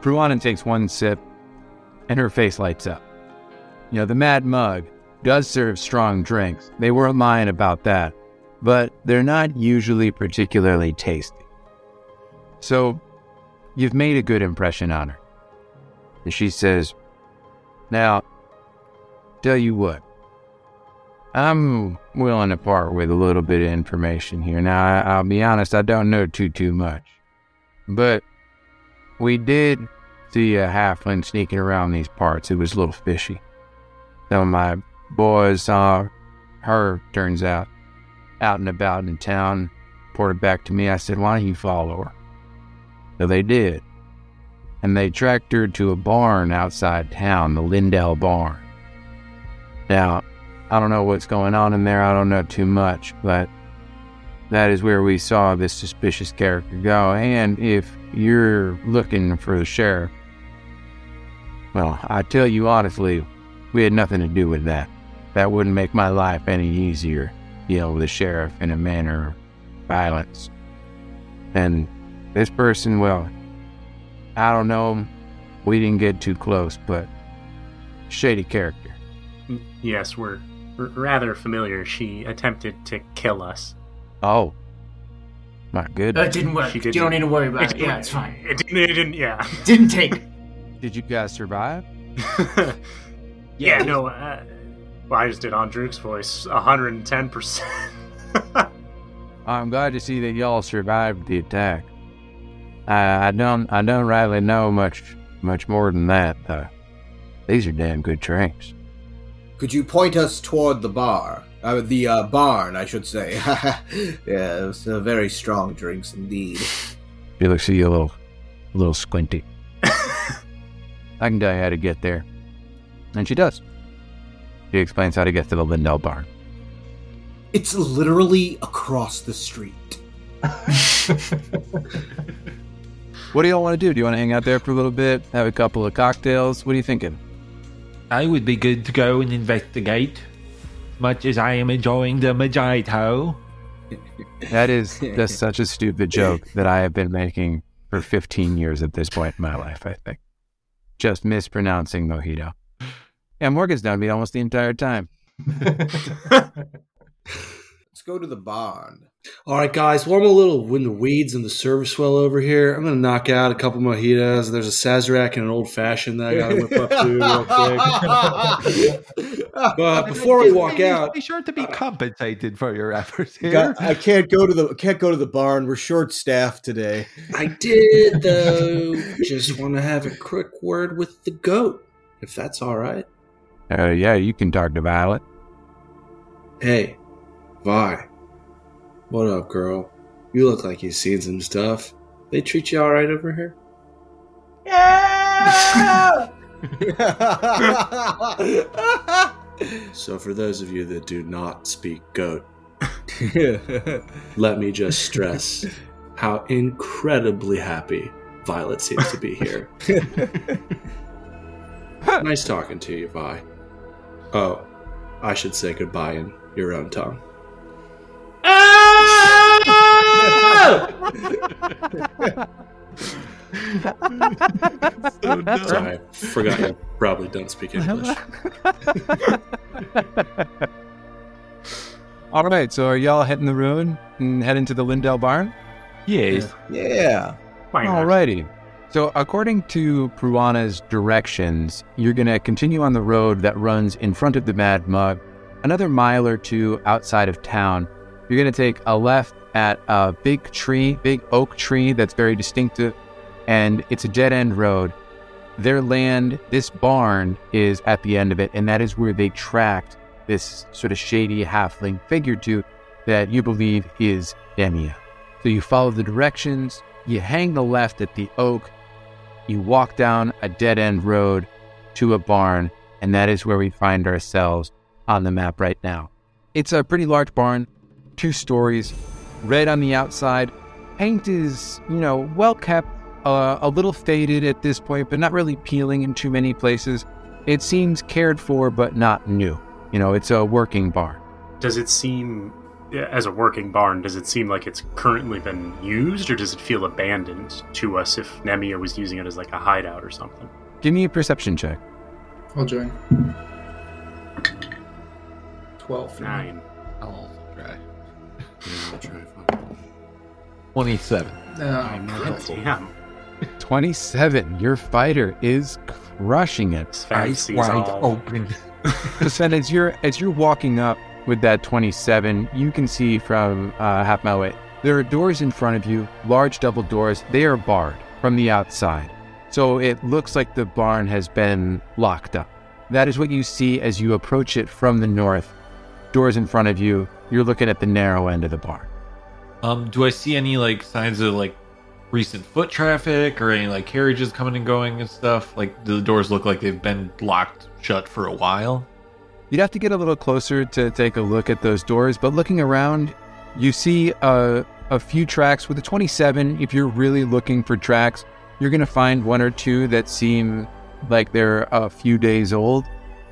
Speaker 2: Pruanan takes one sip and her face lights up. You know, the Mad Mug does serve strong drinks. They weren't lying about that, but they're not usually particularly tasty. So you've made a good impression on her. And she says, Now, tell you what, I'm willing to part with a little bit of information here. Now, I- I'll be honest, I don't know too, too much. But we did see a halfling sneaking around these parts. It was a little fishy. Some of my boys saw her, turns out, out and about in town, reported back to me. I said, Why don't you follow her? So they did. And they tracked her to a barn outside town, the Lindell barn. Now, I don't know what's going on in there. I don't know too much, but that is where we saw this suspicious character go. And if you're looking for the sheriff, well, I tell you honestly, we had nothing to do with that. That wouldn't make my life any easier, yelled the sheriff in a manner of violence. And this person, well, I don't know. him. We didn't get too close, but shady character.
Speaker 5: yes, we're, we're rather familiar. She attempted to kill us.
Speaker 2: Oh, my goodness.
Speaker 7: That didn't work.
Speaker 5: She
Speaker 7: You
Speaker 5: didn't-
Speaker 7: don't need to worry about
Speaker 5: It
Speaker 7: it.
Speaker 5: didn't-
Speaker 7: Yeah, it's fine.
Speaker 5: uh, It didn't, it didn't yeah. [laughs]
Speaker 7: Didn't [laughs] take.
Speaker 2: Did you guys survive?
Speaker 5: yeah, no. Uh, well, I just did Andrew's voice 110%.
Speaker 2: I'm glad to see that y'all survived the attack. I, I don't I don't really know much much more than that though. These are damn good drinks.
Speaker 6: Could you point us toward the bar? Uh, the uh, barn, I should say. [laughs] yeah, it was, uh, very strong drinks indeed.
Speaker 2: She looks at you a little a little squinty. [coughs] I can tell you how to get there. And she does. She explains how to get to the Lindell barn.
Speaker 6: It's literally across the street.
Speaker 2: What do y'all want to do? Do you want to hang out there for a little bit? Have a couple of cocktails? What are you thinking?
Speaker 4: I would be good to go and investigate. Much as I am enjoying the mojito.
Speaker 2: That is just such a stupid joke that I have been making for 15 years at this point in my life, I think. Just mispronouncing mojito. And Morgan's done me almost the entire time.
Speaker 6: Let's go to the barn.
Speaker 8: All right, guys. While I'm a little in the weeds in the service well over here, I'm gonna knock out a couple mojitos. There's a sazerac and an old fashioned that I gotta whip [laughs] up to real quick.
Speaker 6: [laughs]
Speaker 8: But before we walk
Speaker 4: Be-
Speaker 8: out, uh,
Speaker 4: be sure to be compensated for your efforts here.
Speaker 6: God, I can't go to the can't go to the barn. We're short staffed today.
Speaker 8: I did though. Just want to have a quick word with the goat, if that's all right.
Speaker 2: Uh, yeah, you can talk to Violet.
Speaker 8: Hey, Vi. What up, girl? You look like you've seen some stuff. They treat you all right over here? So, for those of you that do not speak goat, let me just stress how incredibly happy Violet seems to be here. nice talking to you, Vi. Oh, I should say goodbye in your own tongue. Sorry, I forgot you probably don't speak English.
Speaker 2: All right, so are y'all heading the ruin and heading to the Lindell barn?
Speaker 4: Yes.
Speaker 6: yeah.
Speaker 5: [laughs] Why not?
Speaker 2: Alrighty. So, according to Pruana's directions, you're going to continue on the road that runs in front of the Mad Mug, another mile or two outside of town. You're going to take a left at a big tree, big oak tree that's very distinctive, and it's a dead end road. Their land, this barn, is at the end of it, and that is where they tracked this sort of shady halfling figure to that you believe is Demia. So you follow the directions, you hang the left at the oak, you walk down a dead end road to a barn, and that is where we find ourselves on the map right now. It's a pretty large barn, two stories, red on the outside. Paint is, you know, well kept, uh, a little faded at this point, but not really peeling in too many places. It seems cared for, but not new. You know, it's a working barn.
Speaker 5: Does it seem, yeah, as a working barn, does it seem like it's currently been used, or does it feel abandoned to us if Nemia was using it as like a hideout or something?
Speaker 2: Give me a perception check.
Speaker 7: I'll join. 12.
Speaker 5: Nine.
Speaker 9: I'll also try.
Speaker 8: Yeah, I'll try fucking-
Speaker 9: 27.
Speaker 7: No.
Speaker 5: God damn.
Speaker 2: 27. Your fighter is crushing it.
Speaker 5: This fan
Speaker 9: Eyes
Speaker 5: sees
Speaker 9: wide
Speaker 5: all.
Speaker 9: open.
Speaker 2: Percent as you're as you're walking up with that 27, you can see from uh, half mile away. There are doors in front of you, large double doors. They are barred from the outside, so it looks like the barn has been locked up. That is what you see as you approach it from the north. Doors in front of you. You're looking at the narrow end of the barn.
Speaker 4: Um, do I see any like signs of like recent foot traffic or any like carriages coming and going and stuff? Like do the doors look like they've been locked shut for a while?
Speaker 2: You'd have to get a little closer to take a look at those doors, but looking around, you see a, a few tracks. With a 27, if you're really looking for tracks, you're going to find one or two that seem like they're a few days old,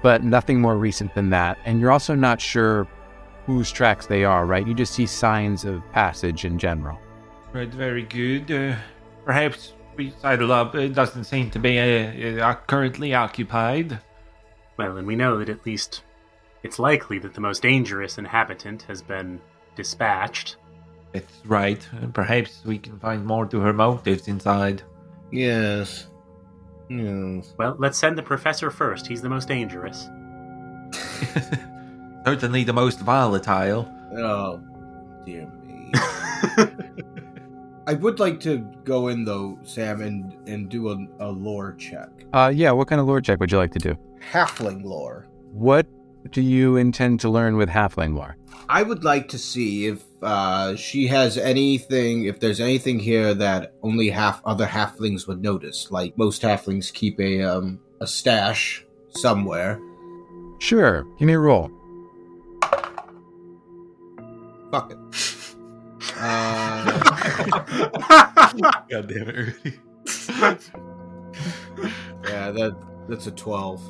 Speaker 2: but nothing more recent than that. And you're also not sure whose tracks they are, right? You just see signs of passage in general.
Speaker 4: Right, very good. Uh, perhaps we sidle up. It doesn't seem to be uh, uh, currently occupied.
Speaker 5: Well, and we know that at least it's likely that the most dangerous inhabitant has been dispatched.
Speaker 4: That's right. Uh, Perhaps we can find more to her motives inside. [laughs]
Speaker 6: Yes. Yes.
Speaker 5: Well, let's send the professor first. He's the most dangerous.
Speaker 4: Certainly the most volatile.
Speaker 6: Oh, dear [laughs] me. I would like to go in though, Sam, and and do a, a lore check.
Speaker 2: Uh, yeah, what kind of lore check would you like to do?
Speaker 6: Halfling lore.
Speaker 2: What do you intend to learn with Halfling lore?
Speaker 6: I would like to see if uh, she has anything, if there's anything here that only half other halflings would notice. Like most halflings keep a um, a stash somewhere.
Speaker 2: Sure, give me a roll.
Speaker 6: Fuck it. [laughs] Uh,
Speaker 8: God damn it, Rudy.
Speaker 6: yeah, that that's a twelve.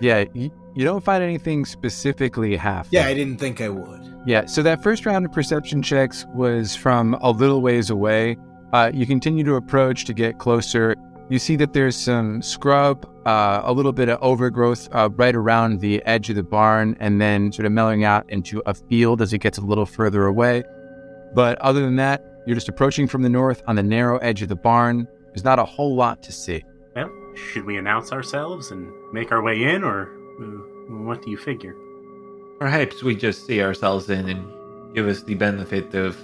Speaker 2: Yeah, you, you don't find anything specifically half.
Speaker 6: Yeah, I didn't think I would.
Speaker 2: Yeah, so that first round of perception checks was from a little ways away. Uh, you continue to approach to get closer. You see that there's some scrub, uh, a little bit of overgrowth uh, right around the edge of the barn, and then sort of mellowing out into a field as it gets a little further away. But other than that, you're just approaching from the north on the narrow edge of the barn. There's not a whole lot to see.
Speaker 5: Well, should we announce ourselves and make our way in, or uh, what do you figure?
Speaker 4: Perhaps we just see ourselves in and give us the benefit of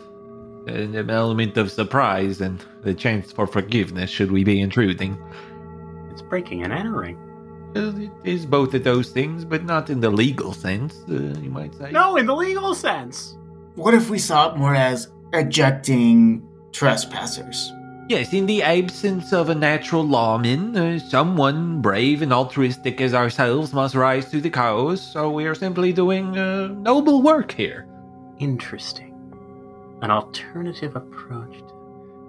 Speaker 4: an element of surprise and the chance for forgiveness should we be intruding.
Speaker 5: It's breaking and entering.
Speaker 4: Well, It is both of those things, but not in the legal sense, uh, you might say.
Speaker 5: No, in the legal sense.
Speaker 7: What if we saw it more as ejecting trespassers?
Speaker 4: Yes, in the absence of a natural lawman, uh, someone brave and altruistic as ourselves must rise to the cause, so we are simply doing uh, noble work here.
Speaker 5: Interesting. An alternative approach. To...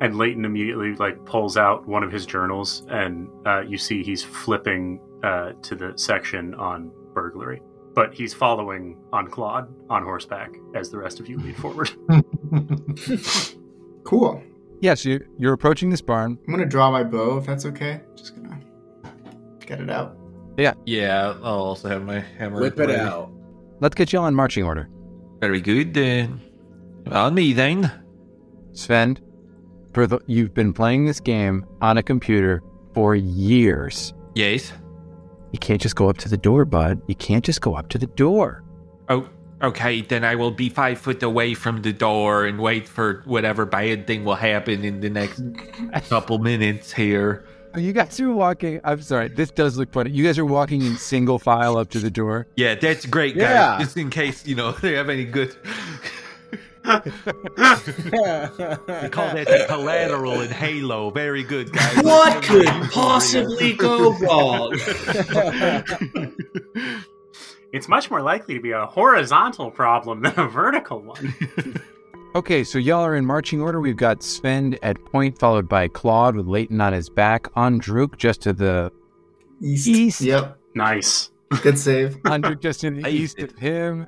Speaker 5: And Leighton immediately like pulls out one of his journals, and uh, you see he's flipping uh, to the section on burglary, but he's following on Claude on horseback as the rest of you lead [laughs] forward.
Speaker 7: Cool.
Speaker 2: Yeah, so you're, you're approaching this barn.
Speaker 7: I'm gonna draw my bow if that's okay. Just gonna get it out.
Speaker 4: Yeah, I'll also have my hammer.
Speaker 6: Whip it out.
Speaker 2: Let's get you all in marching order.
Speaker 4: Very good. Uh, on me then.
Speaker 2: Sven, for the, you've been playing this game on a computer for years.
Speaker 4: Yes.
Speaker 2: You can't just go up to the door, bud. You can't just go up to the door.
Speaker 4: Oh, okay. Then I will be five foot away from the door and wait for whatever bad thing will happen in the next couple minutes here.
Speaker 2: Oh, You guys are walking. I'm sorry. This does look funny. You guys are walking in single file up to the door.
Speaker 4: Yeah, that's great, guys.
Speaker 6: Yeah.
Speaker 4: Just in case you know [laughs] they have any good. We call that the collateral in Halo. Very good, guys.
Speaker 8: What could [laughs] possibly go wrong?
Speaker 5: It's much more likely to be a horizontal problem than a vertical [laughs] one.
Speaker 2: Okay, so y'all are in marching order. We've got Sven at point, followed by Claude with Leighton on his back, on Druk just to the
Speaker 7: East.
Speaker 2: East.
Speaker 7: Yep.
Speaker 5: nice.
Speaker 7: Good save.
Speaker 2: on Druk just to the east of him,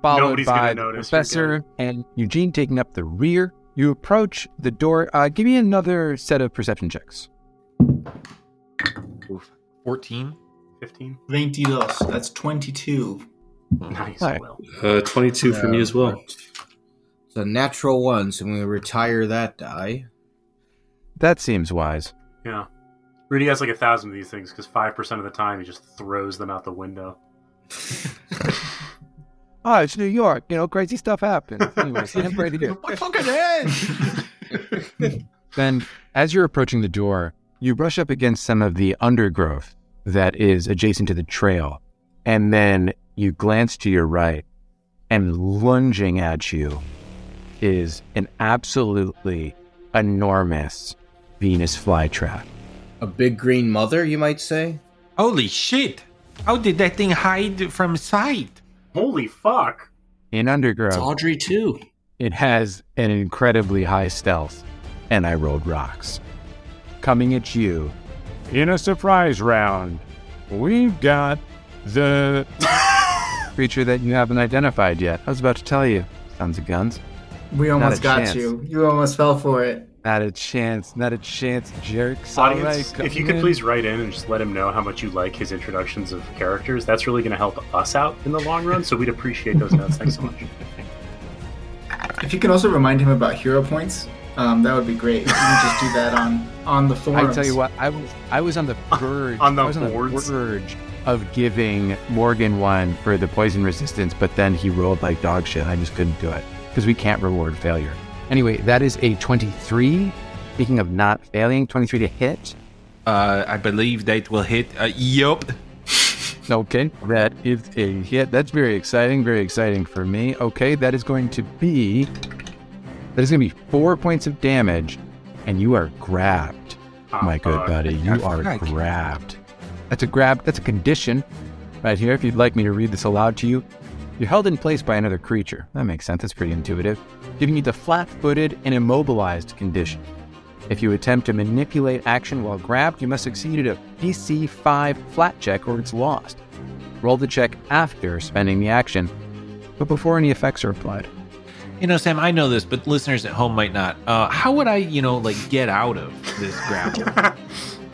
Speaker 2: followed
Speaker 5: Nobody's gonna
Speaker 2: by the
Speaker 5: notice, you're
Speaker 2: professor and Eugene taking up the rear. You approach the door. Uh, give me another set of perception checks.
Speaker 4: Oof. Fourteen.
Speaker 5: 15.
Speaker 7: 22. That's 22.
Speaker 5: Nice.
Speaker 2: Alright.
Speaker 5: Well,
Speaker 3: Uh, 22 for me as well.
Speaker 6: It's a natural one, so I'm gonna retire that die.
Speaker 2: That seems wise.
Speaker 5: yeah. Rudy has like a thousand of these things because 5% of the time he just throws them out the window.
Speaker 2: Oh, it's New York. You know, crazy stuff
Speaker 5: [laughs]
Speaker 2: happens. Anyways, I'm ready to
Speaker 9: My fucking head.
Speaker 2: Then, as you're approaching the door, you brush up against some of the undergrowth that is adjacent to the trail. And then you glance to your right, and lunging at you is an absolutely enormous Venus flytrap.
Speaker 6: [laughs] A big green mother, you might say.
Speaker 4: Holy shit! How did that thing hide from sight?
Speaker 5: Holy fuck.
Speaker 2: In undergrowth,
Speaker 8: It's Audrey too.
Speaker 2: It has an incredibly high stealth, and I rolled rocks. Coming at you in a surprise round, we've got the [laughs] creature that you haven't identified yet. I was about to tell you. Sons of guns.
Speaker 7: We almost
Speaker 2: a
Speaker 7: got
Speaker 2: chance.
Speaker 7: you. You almost fell for it.
Speaker 2: Not a chance, not a chance, jerks.
Speaker 5: Audience,
Speaker 2: All right,
Speaker 5: if you
Speaker 2: come
Speaker 5: could
Speaker 2: in.
Speaker 5: please write in and just let him know how much you like his introductions of characters, that's really going to help us out in the long run. So we'd appreciate those notes. Thanks
Speaker 2: [laughs]
Speaker 5: so much.
Speaker 7: If you can also remind him about hero points, um, that would be great. You can just do that on on the
Speaker 2: I
Speaker 7: forums.
Speaker 2: tell you what, I was I was on
Speaker 5: [laughs]
Speaker 2: the verge
Speaker 5: On the
Speaker 2: I was on
Speaker 5: boards.
Speaker 2: the verge of giving Morgan one for the poison resistance, but then he rolled like dog shit. I just couldn't do it because we can't reward failure. Anyway, that is a 23. Speaking of not failing, 23 to hit.
Speaker 4: Uh, I believe that will hit. Uh, yup.
Speaker 2: Okay, that is a hit. That's very exciting, very exciting for me. Okay, that is going to be that is going to be four points of damage, and you are grabbed.
Speaker 5: Ah,
Speaker 2: my good
Speaker 5: fuck.
Speaker 2: buddy. You are
Speaker 4: Fuck.
Speaker 2: grabbed. That's a grab. That's a condition right here. If you'd like me to read this aloud to you, you're held in place by another creature. That makes sense. That's pretty intuitive. Giving you the flat footed and immobilized condition. If you attempt to manipulate action while grabbed, you must succeed at a DC 5 flat check or it's lost. Roll the check after spending the action, but before any effects are applied.
Speaker 4: You know, Sam, I know this, but listeners at home might not. Uh, how would I, you know, like get out of this grapple?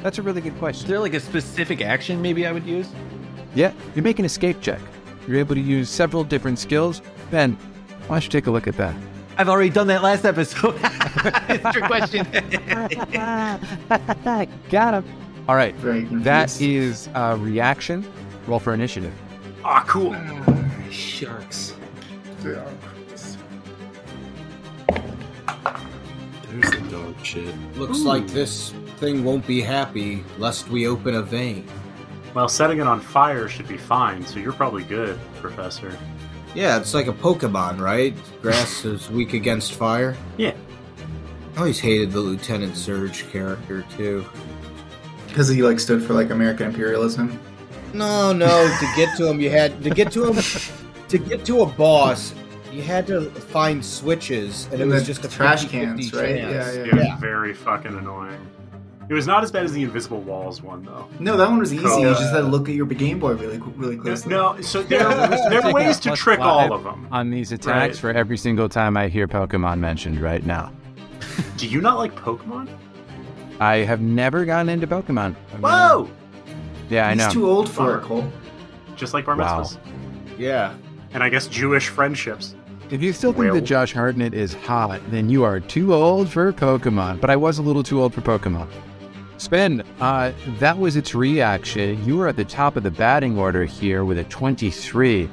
Speaker 2: That's a really good question.
Speaker 4: Is there like a specific action maybe I would use?
Speaker 2: Yeah, you make an escape check. You're able to use several different skills. Ben, why don't you take a look at that?
Speaker 4: I've already done that last episode. [laughs] it's your question.
Speaker 2: [laughs] Got him. All right,
Speaker 7: Very confused.
Speaker 2: that is uh, reaction. Roll for initiative.
Speaker 5: Ah, cool.
Speaker 8: Sharks.
Speaker 7: Yeah.
Speaker 8: There's the dog shit.
Speaker 6: Looks like this thing won't be happy lest we open a vein.
Speaker 5: Well, setting it on fire should be fine, so you're probably good, Professor.
Speaker 6: Yeah, it's like a Pokemon, right? Grass is weak against fire.
Speaker 5: Yeah.
Speaker 6: I always hated the Lieutenant Surge character too.
Speaker 7: because he like stood for like American imperialism.
Speaker 6: No, no. To get to him, you had to get to him. to get to a boss, you had to find switches, and it
Speaker 7: And
Speaker 6: was
Speaker 7: the
Speaker 6: just a
Speaker 7: trash
Speaker 6: 50-50
Speaker 7: cans, right?
Speaker 6: chance.
Speaker 7: Yeah,
Speaker 5: It was
Speaker 6: Yeah.
Speaker 5: very fucking annoying. It was not as bad as the Invisible Walls one though.
Speaker 7: No, that one was easy. Uh,
Speaker 5: Cool.
Speaker 7: You just had to look at your Game Boy really, qu- really closely.
Speaker 5: No, so there, there are
Speaker 2: Taking
Speaker 5: ways
Speaker 2: a
Speaker 5: to
Speaker 2: plus
Speaker 5: trick
Speaker 2: five
Speaker 5: all of them.
Speaker 2: on these attacks for every single time I hear Pokemon mentioned right now.
Speaker 5: Do you not like Pokemon?
Speaker 2: I have never gotten into Pokemon. I mean,
Speaker 5: Whoa!
Speaker 2: Yeah, I
Speaker 7: he's
Speaker 2: know.
Speaker 7: too old for
Speaker 5: Bummer.
Speaker 7: it, Cole.
Speaker 5: Just like Bar
Speaker 2: Wow.
Speaker 5: Mitzvahs.
Speaker 6: Yeah.
Speaker 5: And I guess Jewish friendships.
Speaker 2: If you still think
Speaker 5: Well.
Speaker 2: that Josh Hartnett is hot, then you are too old for Pokemon. But I was a little too old for Pokemon. Spin, uh, that was its reaction. You were at the top of the batting order here with a 23.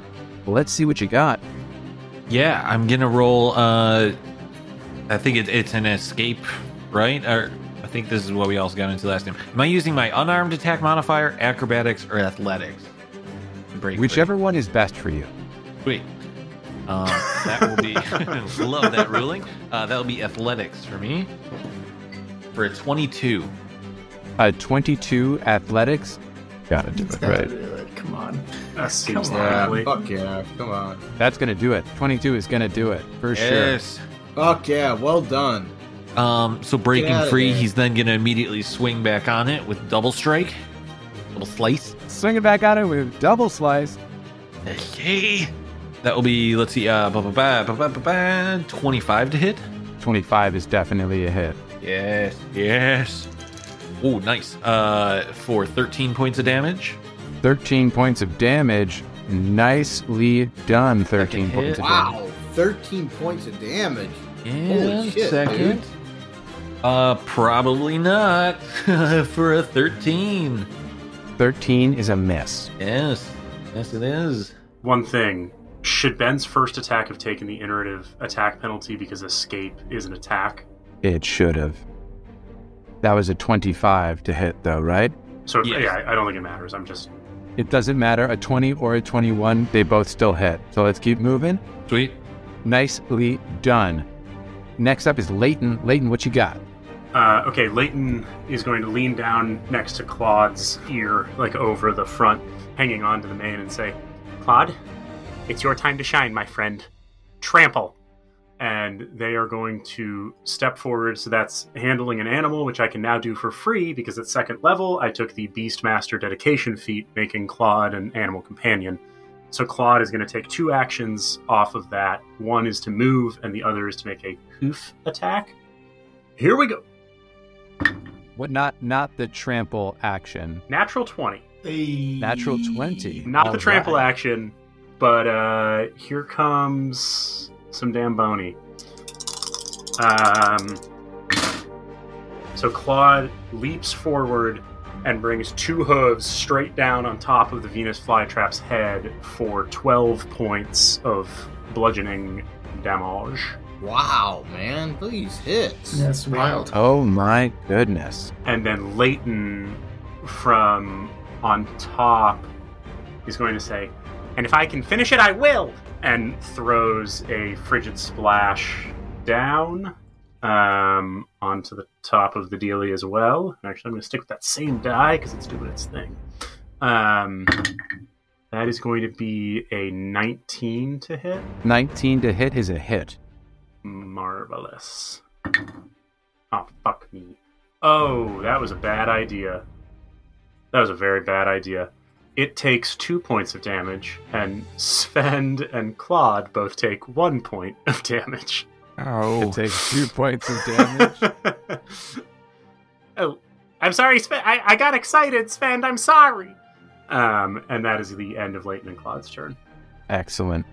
Speaker 2: Let's see what you got.
Speaker 4: Yeah, I'm gonna roll. Uh, I think it, it's an escape, right? Or I think this is what we also got into last time. Am I using my unarmed attack modifier, acrobatics, or athletics? Break free.
Speaker 2: Whichever one is best for you.
Speaker 4: Sweet. Um, that will be [laughs] love that ruling. Uh, that'll be athletics for me for a 22.
Speaker 2: A 22 athletics. Gotta do
Speaker 7: He's
Speaker 2: it,
Speaker 7: gotta
Speaker 2: right?
Speaker 7: do it. Come on.
Speaker 5: That seems
Speaker 7: Come
Speaker 6: Yeah,
Speaker 5: likely.
Speaker 6: Fuck yeah. Come on.
Speaker 2: That's gonna do it. 22 is gonna do it for sure.
Speaker 6: Fuck yeah. Well done.
Speaker 4: Um, so breaking
Speaker 6: outta
Speaker 4: free,
Speaker 6: there.
Speaker 4: he's then gonna immediately swing back on it with double strike, double slice.
Speaker 2: Swing it back at it with double slice.
Speaker 4: Okay. That will be let's see, uh, ba ba ba ba ba ba ba, 25 to hit.
Speaker 2: 25 is definitely a hit.
Speaker 4: Yes. Yes. Oh, nice. Uh, for 13 points of damage.
Speaker 2: 13 points of damage. Nicely done. 13
Speaker 4: hit.
Speaker 2: points of damage.
Speaker 6: Wow. Thirteen points of damage. Holy shit, dude.
Speaker 4: Uh, probably not [laughs] for a 13.
Speaker 2: 13 is a miss.
Speaker 4: Yes. Yes, it is.
Speaker 5: One thing. Should Ben's first attack have taken the iterative attack penalty because escape is an attack?
Speaker 2: It should have. That was a 25 to hit, though, right?
Speaker 5: So
Speaker 4: Yes.
Speaker 5: yeah, I don't think it matters. I'm just
Speaker 2: It doesn't matter. A 20 or a 21, they both still hit. So let's keep moving.
Speaker 4: Sweet.
Speaker 2: Nicely done. Next up is Leighton. Leighton, what you got?
Speaker 5: Uh, okay, Leighton is going to lean down next to Claude's ear, like over the front, hanging on to the mane, and say, Claude, it's your time to shine, my friend. Trample. And they are going to step forward. So that's handling an animal, which I can now do for free because at second level, I took the Beastmaster dedication feat, making Claude an animal companion. So Claude is going to take two actions off of that. One is to move, and the other is to make a hoof attack. Here we go.
Speaker 2: What not not the trample action.
Speaker 5: Natural 20.
Speaker 2: Natural 20.
Speaker 5: Not
Speaker 2: All
Speaker 5: the trample
Speaker 2: right.
Speaker 5: action, but uh, here comes some Damboni. Um, [coughs] so Claude leaps forward and brings two hooves straight down on top of the Venus flytrap's head for 12 points of bludgeoning damage.
Speaker 6: Wow, man. Please hits.
Speaker 7: That's wild.
Speaker 2: Oh my goodness.
Speaker 5: And then Leighton from on top is going to say, And if I can finish it, I will! And throws a frigid splash down um, onto the top of the dealie as well. Actually, I'm going to stick with that same die because it's doing its thing. Um, that is going to be a 19 to hit.
Speaker 2: 19 to hit is a hit.
Speaker 5: Marvelous. Oh, fuck me. Oh, that was a bad idea. That was a very bad idea. It takes two points of damage, and Sven and Claude both take one point of damage.
Speaker 2: Oh. It takes two points of
Speaker 5: [laughs]
Speaker 2: damage.
Speaker 5: oh, I'm sorry, Sven. I, I got excited, Sven. I'm sorry. Um, and that is the end of Leighton and Claude's turn.
Speaker 2: Excellent.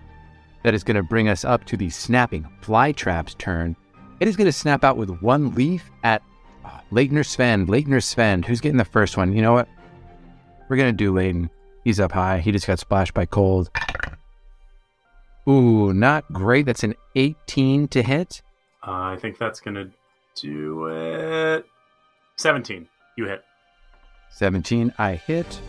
Speaker 2: That is going to bring us up to the snapping flytrap's turn. It is going to snap out with one leaf at uh, Leitner Sven. Leitner Sven, who's getting the first one? You know what? We're going to do Leighton. He's up high. He just got splashed by cold. Ooh, not great. That's an 18 to hit.
Speaker 5: Uh, I think that's going to do it. 17. You hit.
Speaker 2: 17, I hit.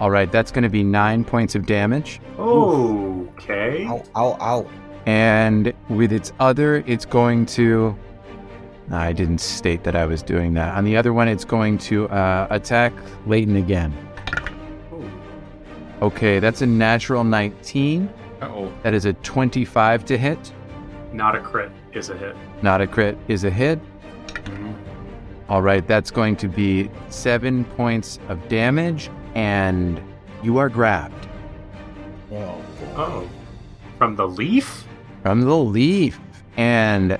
Speaker 2: All right, that's going to be nine points of damage.
Speaker 5: Okay.
Speaker 10: Ow, ow, ow.
Speaker 2: And with its other, it's going to. I didn't state that I was doing that. On the other one, it's going to uh, attack Leighton again. Okay, that's a natural 19.
Speaker 9: oh.
Speaker 2: That is a 25 to hit.
Speaker 5: Not a crit is a hit.
Speaker 2: Not a crit is a hit. All right, that's going to be seven points of damage, and you are grabbed
Speaker 10: Oh.
Speaker 5: Oh. From the leaf?
Speaker 2: from the leaf. And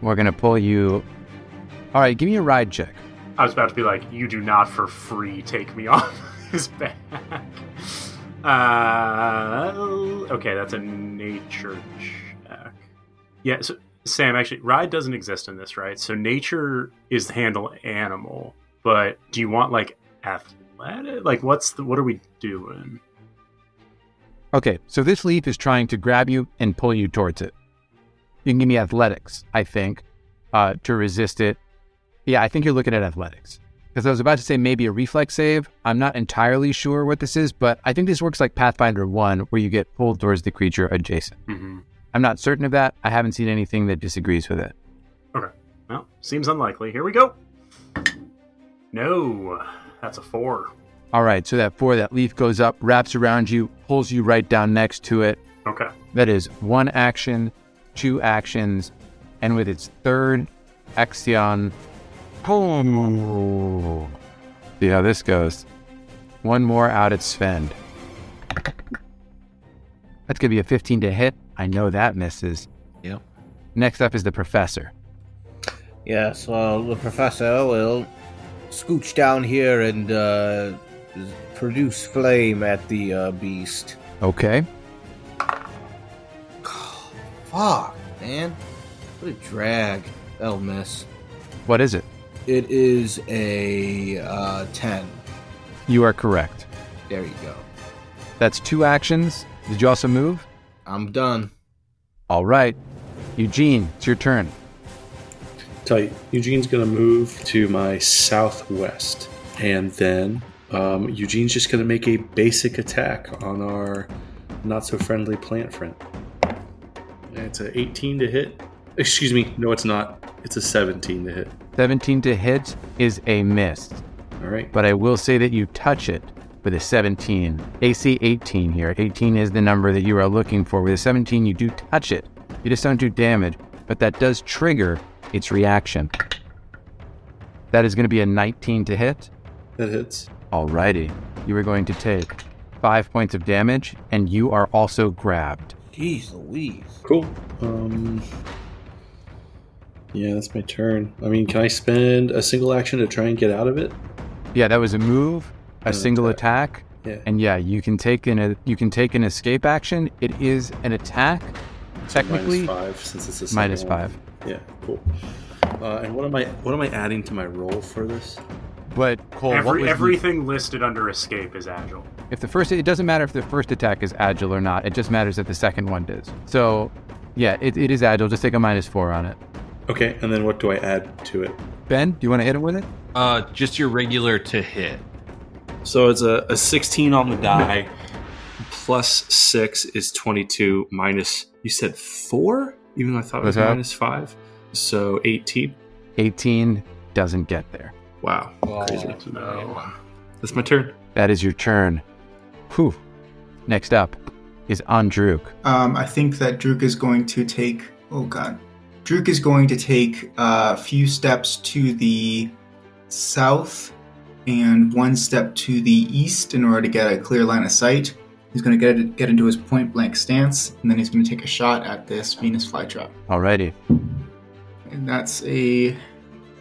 Speaker 2: we're going to pull you. All right, give me a ride check.
Speaker 5: I was about to be like, you do not for free take me [laughs] off his back. Uh, okay, that's a nature check. Yeah, so Sam, actually, ride doesn't exist in this, right? So nature is the handle animal, but do you want like athletic? Like, what's the, what are we doing?
Speaker 2: Okay, so this leaf is trying to grab you and pull you towards it. You can give me athletics, I think, uh, to resist it. Yeah, I think you're looking at athletics. Because I was about to say maybe a reflex save. I'm not entirely sure what this is, but I think this works like Pathfinder 1, where you get pulled towards the creature adjacent.
Speaker 5: Mm-hmm.
Speaker 2: I'm not certain of that. I haven't seen anything that disagrees with it.
Speaker 5: Okay, well, seems unlikely. Here we go. No, that's a four.
Speaker 2: All right, so that four, that leaf goes up, wraps around you, pulls you right down next to it,
Speaker 5: Okay.
Speaker 2: That is one action, two actions, and with its third action, oh, see how this goes. One more out at Sven. That's gonna be a 15 to hit. I know that misses.
Speaker 10: Yep.
Speaker 2: Next up is the professor.
Speaker 10: Yeah, so the professor will scooch down here and uh, produce flame at the uh, beast.
Speaker 2: Okay.
Speaker 10: Fuck, man. What a drag. That'll miss.
Speaker 2: What is it?
Speaker 10: It is a uh, 10.
Speaker 2: You are correct.
Speaker 10: There you go.
Speaker 2: That's two actions. Did you also move?
Speaker 10: I'm done.
Speaker 2: All right. Eugene, it's your turn.
Speaker 3: Tight. Eugene's going to move to my southwest. And then um, Eugene's just going to make a basic attack on our not so friendly plant friend. And It's a 18 to hit. Excuse me. No, it's not. It's a 17 to hit.
Speaker 2: 17 to hit is a miss.
Speaker 3: All right.
Speaker 2: but I will say that you touch it with a 17. AC 18 here. 18 is the number that you are looking for. With a 17, you do touch it. You just don't do damage, but that does trigger its reaction. That is going to be a 19 to hit.
Speaker 3: That hits.
Speaker 2: Alrighty. You are going to take five points of damage, and you are also grabbed.
Speaker 10: Jeez Louise.
Speaker 3: Cool. Um, yeah, that's my turn. I mean, can I spend a single action to try and get out of it?
Speaker 2: Yeah, that was a move, a
Speaker 3: An
Speaker 2: single
Speaker 3: attack.
Speaker 2: attack.
Speaker 3: Yeah.
Speaker 2: And yeah, you can take an you can take an escape action. It is an attack,
Speaker 3: So
Speaker 2: technically.
Speaker 3: minus five since it's a single
Speaker 2: minus
Speaker 3: one.
Speaker 2: five.
Speaker 3: Yeah, cool. Uh, and what am I what am I adding to my roll for this?
Speaker 2: But Cole, what
Speaker 5: Every,
Speaker 2: was the-
Speaker 5: everything listed under escape is agile.
Speaker 2: If the first, it doesn't matter if the first attack is agile or not. It just matters if the second one does. So, yeah, it, it is agile. Just take a minus four on it.
Speaker 3: Okay, and then what do I add to it?
Speaker 2: Ben, do you want to hit him with it?
Speaker 11: Uh, just your regular to hit.
Speaker 3: So it's a, a 16 on the die, plus 6 is 22, minus, you said 4? Even though I thought it was
Speaker 2: What's that?
Speaker 3: minus 5. So 18.
Speaker 2: 18 doesn't get there.
Speaker 3: Wow. Crazy.
Speaker 5: No.
Speaker 3: That's my turn.
Speaker 2: That is your turn. Whew. Next up is Andruk.
Speaker 7: Um, I think that Druk is going to take. Oh God, Druk is going to take a few steps to the south and one step to the east in order to get a clear line of sight. He's going to get get into his point blank stance, and then he's going to take a shot at this Venus flytrap.
Speaker 2: Alrighty.
Speaker 7: And that's a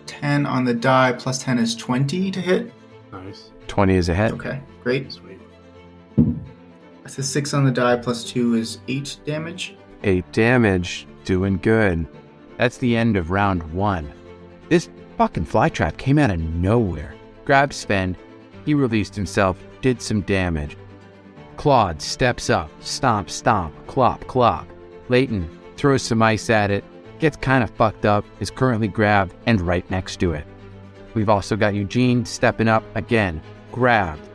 Speaker 7: ten on the die. Plus ten is twenty to hit.
Speaker 5: Nice.
Speaker 2: 20 is ahead.
Speaker 7: Okay, great.
Speaker 5: Sweet.
Speaker 7: That's a six on the die. Plus two is eight damage.
Speaker 2: Eight damage. Doing good. That's the end of round one. This fucking flytrap came out of nowhere. Grabbed Sven. He released himself, did some damage. Claude steps up, stomp, stomp, clop, clop. Leighton throws some ice at it, gets kind of fucked up, is currently grabbed and right next to it. We've also got Eugene stepping up again, grabbed.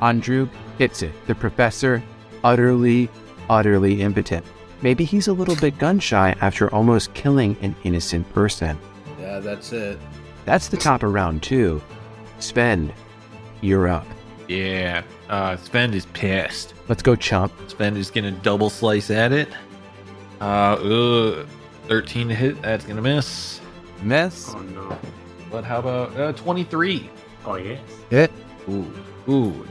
Speaker 2: Andrew hits it. The professor, utterly, utterly impotent. Maybe he's a little bit gun shy after almost killing an innocent person.
Speaker 10: Yeah, that's it.
Speaker 2: That's the top of round two. Spend. You're up.
Speaker 11: Yeah. Uh, Sven is pissed.
Speaker 2: Let's go, chump.
Speaker 11: Sven is going to double slice at it. Uh, ugh, 13 to hit. That's going to miss.
Speaker 2: Miss.
Speaker 5: Oh no!
Speaker 11: But how about uh, 23?
Speaker 5: Oh yes.
Speaker 2: Hit.
Speaker 11: Ooh. Ooh.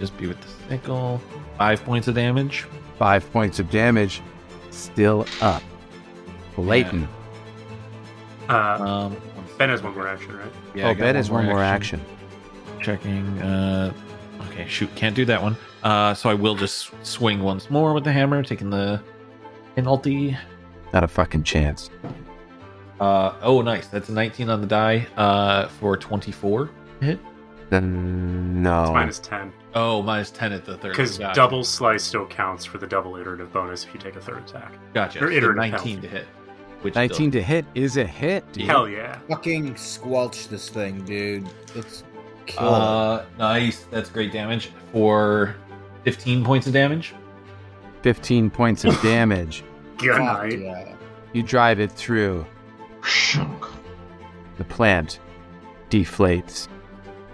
Speaker 11: Just be with the sickle. Five points of damage.
Speaker 2: Five points of damage. Still up. Leighton.
Speaker 5: Uh,
Speaker 11: Um,
Speaker 5: ben has one more action, right?
Speaker 11: yeah, I
Speaker 2: oh,
Speaker 11: got
Speaker 2: that is one more action.
Speaker 11: Checking. Uh, okay, shoot. Can't do that one. Uh, so I will just swing once more with the hammer, taking the penalty.
Speaker 2: Not a fucking chance.
Speaker 11: Uh, oh, nice. That's a 19 on the die uh, for 24 hit.
Speaker 2: Then,
Speaker 5: It's
Speaker 2: no.
Speaker 5: minus ten
Speaker 11: Oh, minus 10 at the third.
Speaker 5: because
Speaker 11: Gotcha.
Speaker 5: double slice still counts for the double iterative bonus if you take a third attack.
Speaker 11: Gotcha.
Speaker 5: or
Speaker 11: So
Speaker 5: iterative
Speaker 11: 19 to hit. Which
Speaker 2: 19 to hit is a hit, dude.
Speaker 5: Hell yeah!
Speaker 10: Fucking squelch this thing, dude. Let's kill
Speaker 11: Uh, nice. That's great damage for 15 points of damage.
Speaker 2: 15 points of damage.
Speaker 5: Good
Speaker 10: it. Fuck
Speaker 5: night.
Speaker 10: yeah.
Speaker 2: You drive it through. The plant deflates,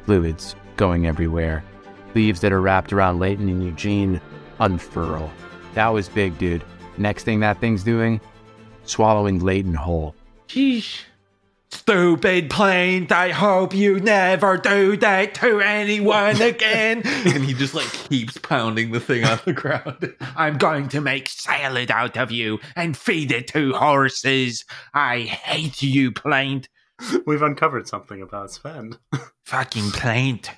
Speaker 2: fluids going everywhere. Leaves that are wrapped around Leighton and Eugene unfurl. That was big, dude. Next thing that thing's doing, swallowing Leighton whole.
Speaker 4: Sheesh.
Speaker 11: Stupid plant, I hope you never do that to [laughs] anyone again. and he just like keeps pounding the thing on the ground.
Speaker 4: [laughs] I'm going to make salad out of you and feed it to horses. I hate you, plant.
Speaker 5: We've uncovered something about Sven.
Speaker 4: Fucking plant.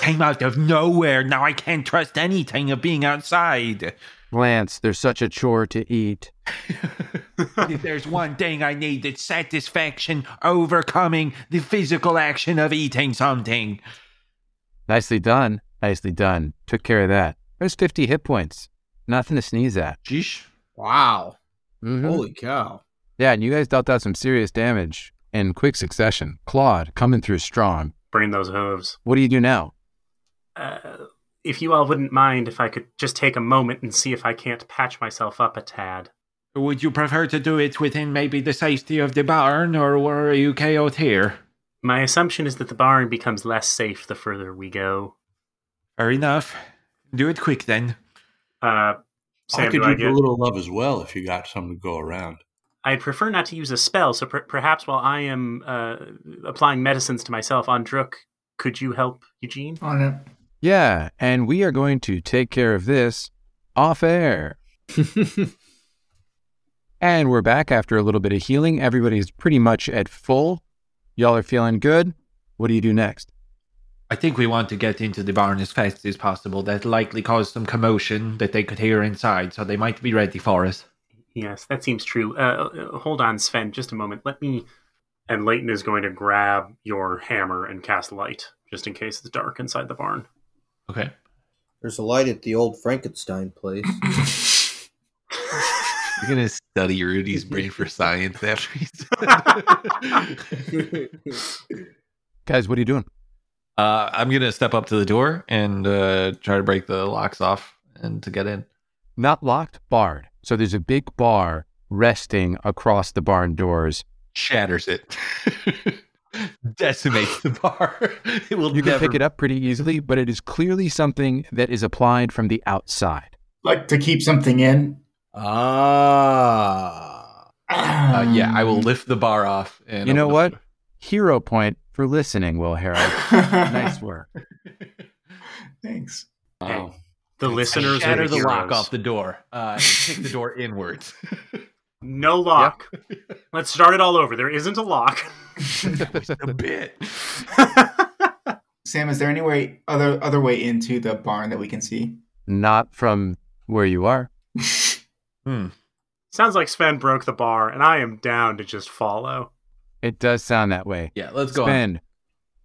Speaker 4: Came out of nowhere. Now I can't trust anything of being outside.
Speaker 2: Plants, they're such a chore to eat.
Speaker 4: if there's one thing I need, it's satisfaction overcoming the physical action of eating something.
Speaker 2: Nicely done. Nicely done. Took care of that. There's 50 hit points. Nothing to sneeze at.
Speaker 11: Jeesh.
Speaker 6: Wow.
Speaker 2: Mhm.
Speaker 6: Holy cow.
Speaker 2: Yeah, and you guys dealt out some serious damage in quick succession. Claude coming through strong.
Speaker 5: Bring those hooves.
Speaker 2: What do you do now?
Speaker 5: Uh, if you all wouldn't mind, if I could just take a moment and see if I can't patch myself up a tad.
Speaker 4: Would you prefer to do it within maybe the safety of the barn, or were you KO'd here?
Speaker 5: My assumption is that the barn becomes less safe the further we go.
Speaker 4: Fair enough. Do it quick then.
Speaker 5: Uh,
Speaker 8: I
Speaker 5: Sam,
Speaker 8: could
Speaker 5: do I
Speaker 8: use
Speaker 5: get?
Speaker 8: a little love as well if you got something to go around.
Speaker 5: I'd prefer not to use a spell, so per- perhaps while I am uh, applying medicines to myself on Druk, could you help Eugene?
Speaker 7: on it.
Speaker 2: Yeah, and we are going to take care of this off air. and we're back after a little bit of healing. Everybody's pretty much at full. Y'all are feeling good. What do you do next?
Speaker 4: I think we want to get into the barn as fast as possible. That likely caused some commotion that they could hear inside, so they might be ready for us.
Speaker 5: Yes, that seems true. Uh, uh, hold on, Sven, just a moment. Let me. And Leighton is going to grab your hammer and cast light, just in case it's dark inside the barn.
Speaker 11: Okay.
Speaker 10: There's a light at the old Frankenstein place.
Speaker 11: You're going to study Rudy's brain for science after he's
Speaker 2: [laughs] Guys, what are you doing?
Speaker 11: Uh, I'm going to step up to the door and uh, try to break the locks off and to get in.
Speaker 2: Not locked, barred. So there's a big bar resting across the barn doors.
Speaker 11: Shatters it. [laughs] Decimates the bar. It will
Speaker 2: You can
Speaker 11: never
Speaker 2: pick it up pretty easily, but it is clearly something that is applied from the outside.
Speaker 7: Like to keep something in.
Speaker 10: ah.
Speaker 11: Uh, yeah, I will lift the bar off. And
Speaker 2: Um, You know
Speaker 11: open
Speaker 2: what?
Speaker 11: up
Speaker 2: Hero point for listening, Will Harold.
Speaker 7: [laughs]
Speaker 2: nice work.
Speaker 7: Thanks.
Speaker 11: the-
Speaker 5: Wow.
Speaker 11: I
Speaker 5: The listeners are
Speaker 11: shatter
Speaker 5: the,
Speaker 11: the, lock
Speaker 5: heroes.
Speaker 11: off the door. Uh, and kick the door inwards. [laughs]
Speaker 5: No lock. Let's start it all over. There isn't a lock.
Speaker 11: a
Speaker 2: [laughs]
Speaker 11: bit.
Speaker 7: Sam, is there any way other other way into the barn that we can see?
Speaker 2: Not from where you are.
Speaker 11: Hmm.
Speaker 5: Sounds like Sven broke the bar, and I am down to just follow.
Speaker 2: It does sound that way.
Speaker 11: Yeah, let's go. on.
Speaker 2: Spin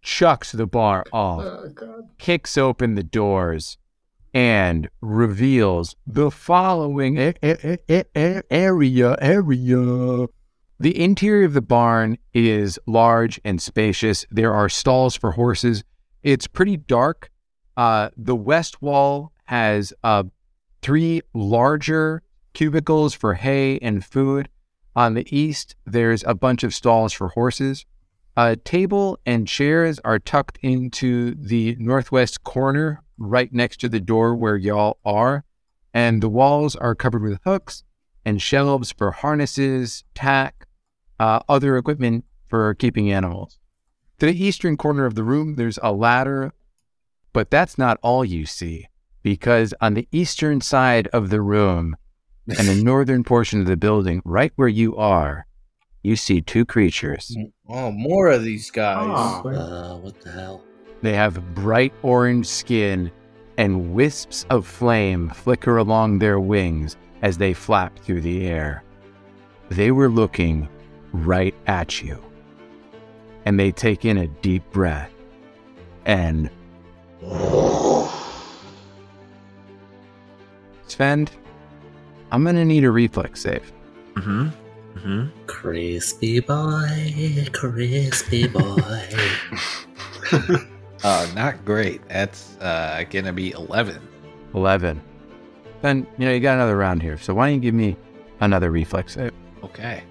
Speaker 2: chucks the bar off,
Speaker 7: God.
Speaker 2: kicks open the doors, and reveals the following a- a- a- a- area. Area. The interior of the barn is large and spacious. There are stalls for horses. It's pretty dark, Uh, the west wall has uh, three larger cubicles for hay and food. On the east, there's a bunch of stalls for horses. A table and chairs are tucked into the northwest corner, right next to the door where y'all are. And the walls are covered with hooks and shelves for harnesses, tack, uh, other equipment for keeping animals. To the eastern corner of the room, there's a ladder, but that's not all you see, because on the eastern side of the room and the northern portion of the building, right where you are, you see two creatures.
Speaker 10: Oh, more of these guys.
Speaker 8: Uh, what the hell?
Speaker 2: They have bright orange skin, and wisps of flame flicker along their wings as they flap through the air. They were looking right at you. And they take in a deep breath and. Sven, I'm going to need a reflex save.
Speaker 4: Mm-hmm. Mm-hmm.
Speaker 8: Crispy boy, crispy boy.
Speaker 3: [laughs]
Speaker 11: Uh, not great. That's uh, gonna be eleven.
Speaker 2: 11. Then, you know, you got another round here, so why don't you give me another reflex save?
Speaker 11: Okay,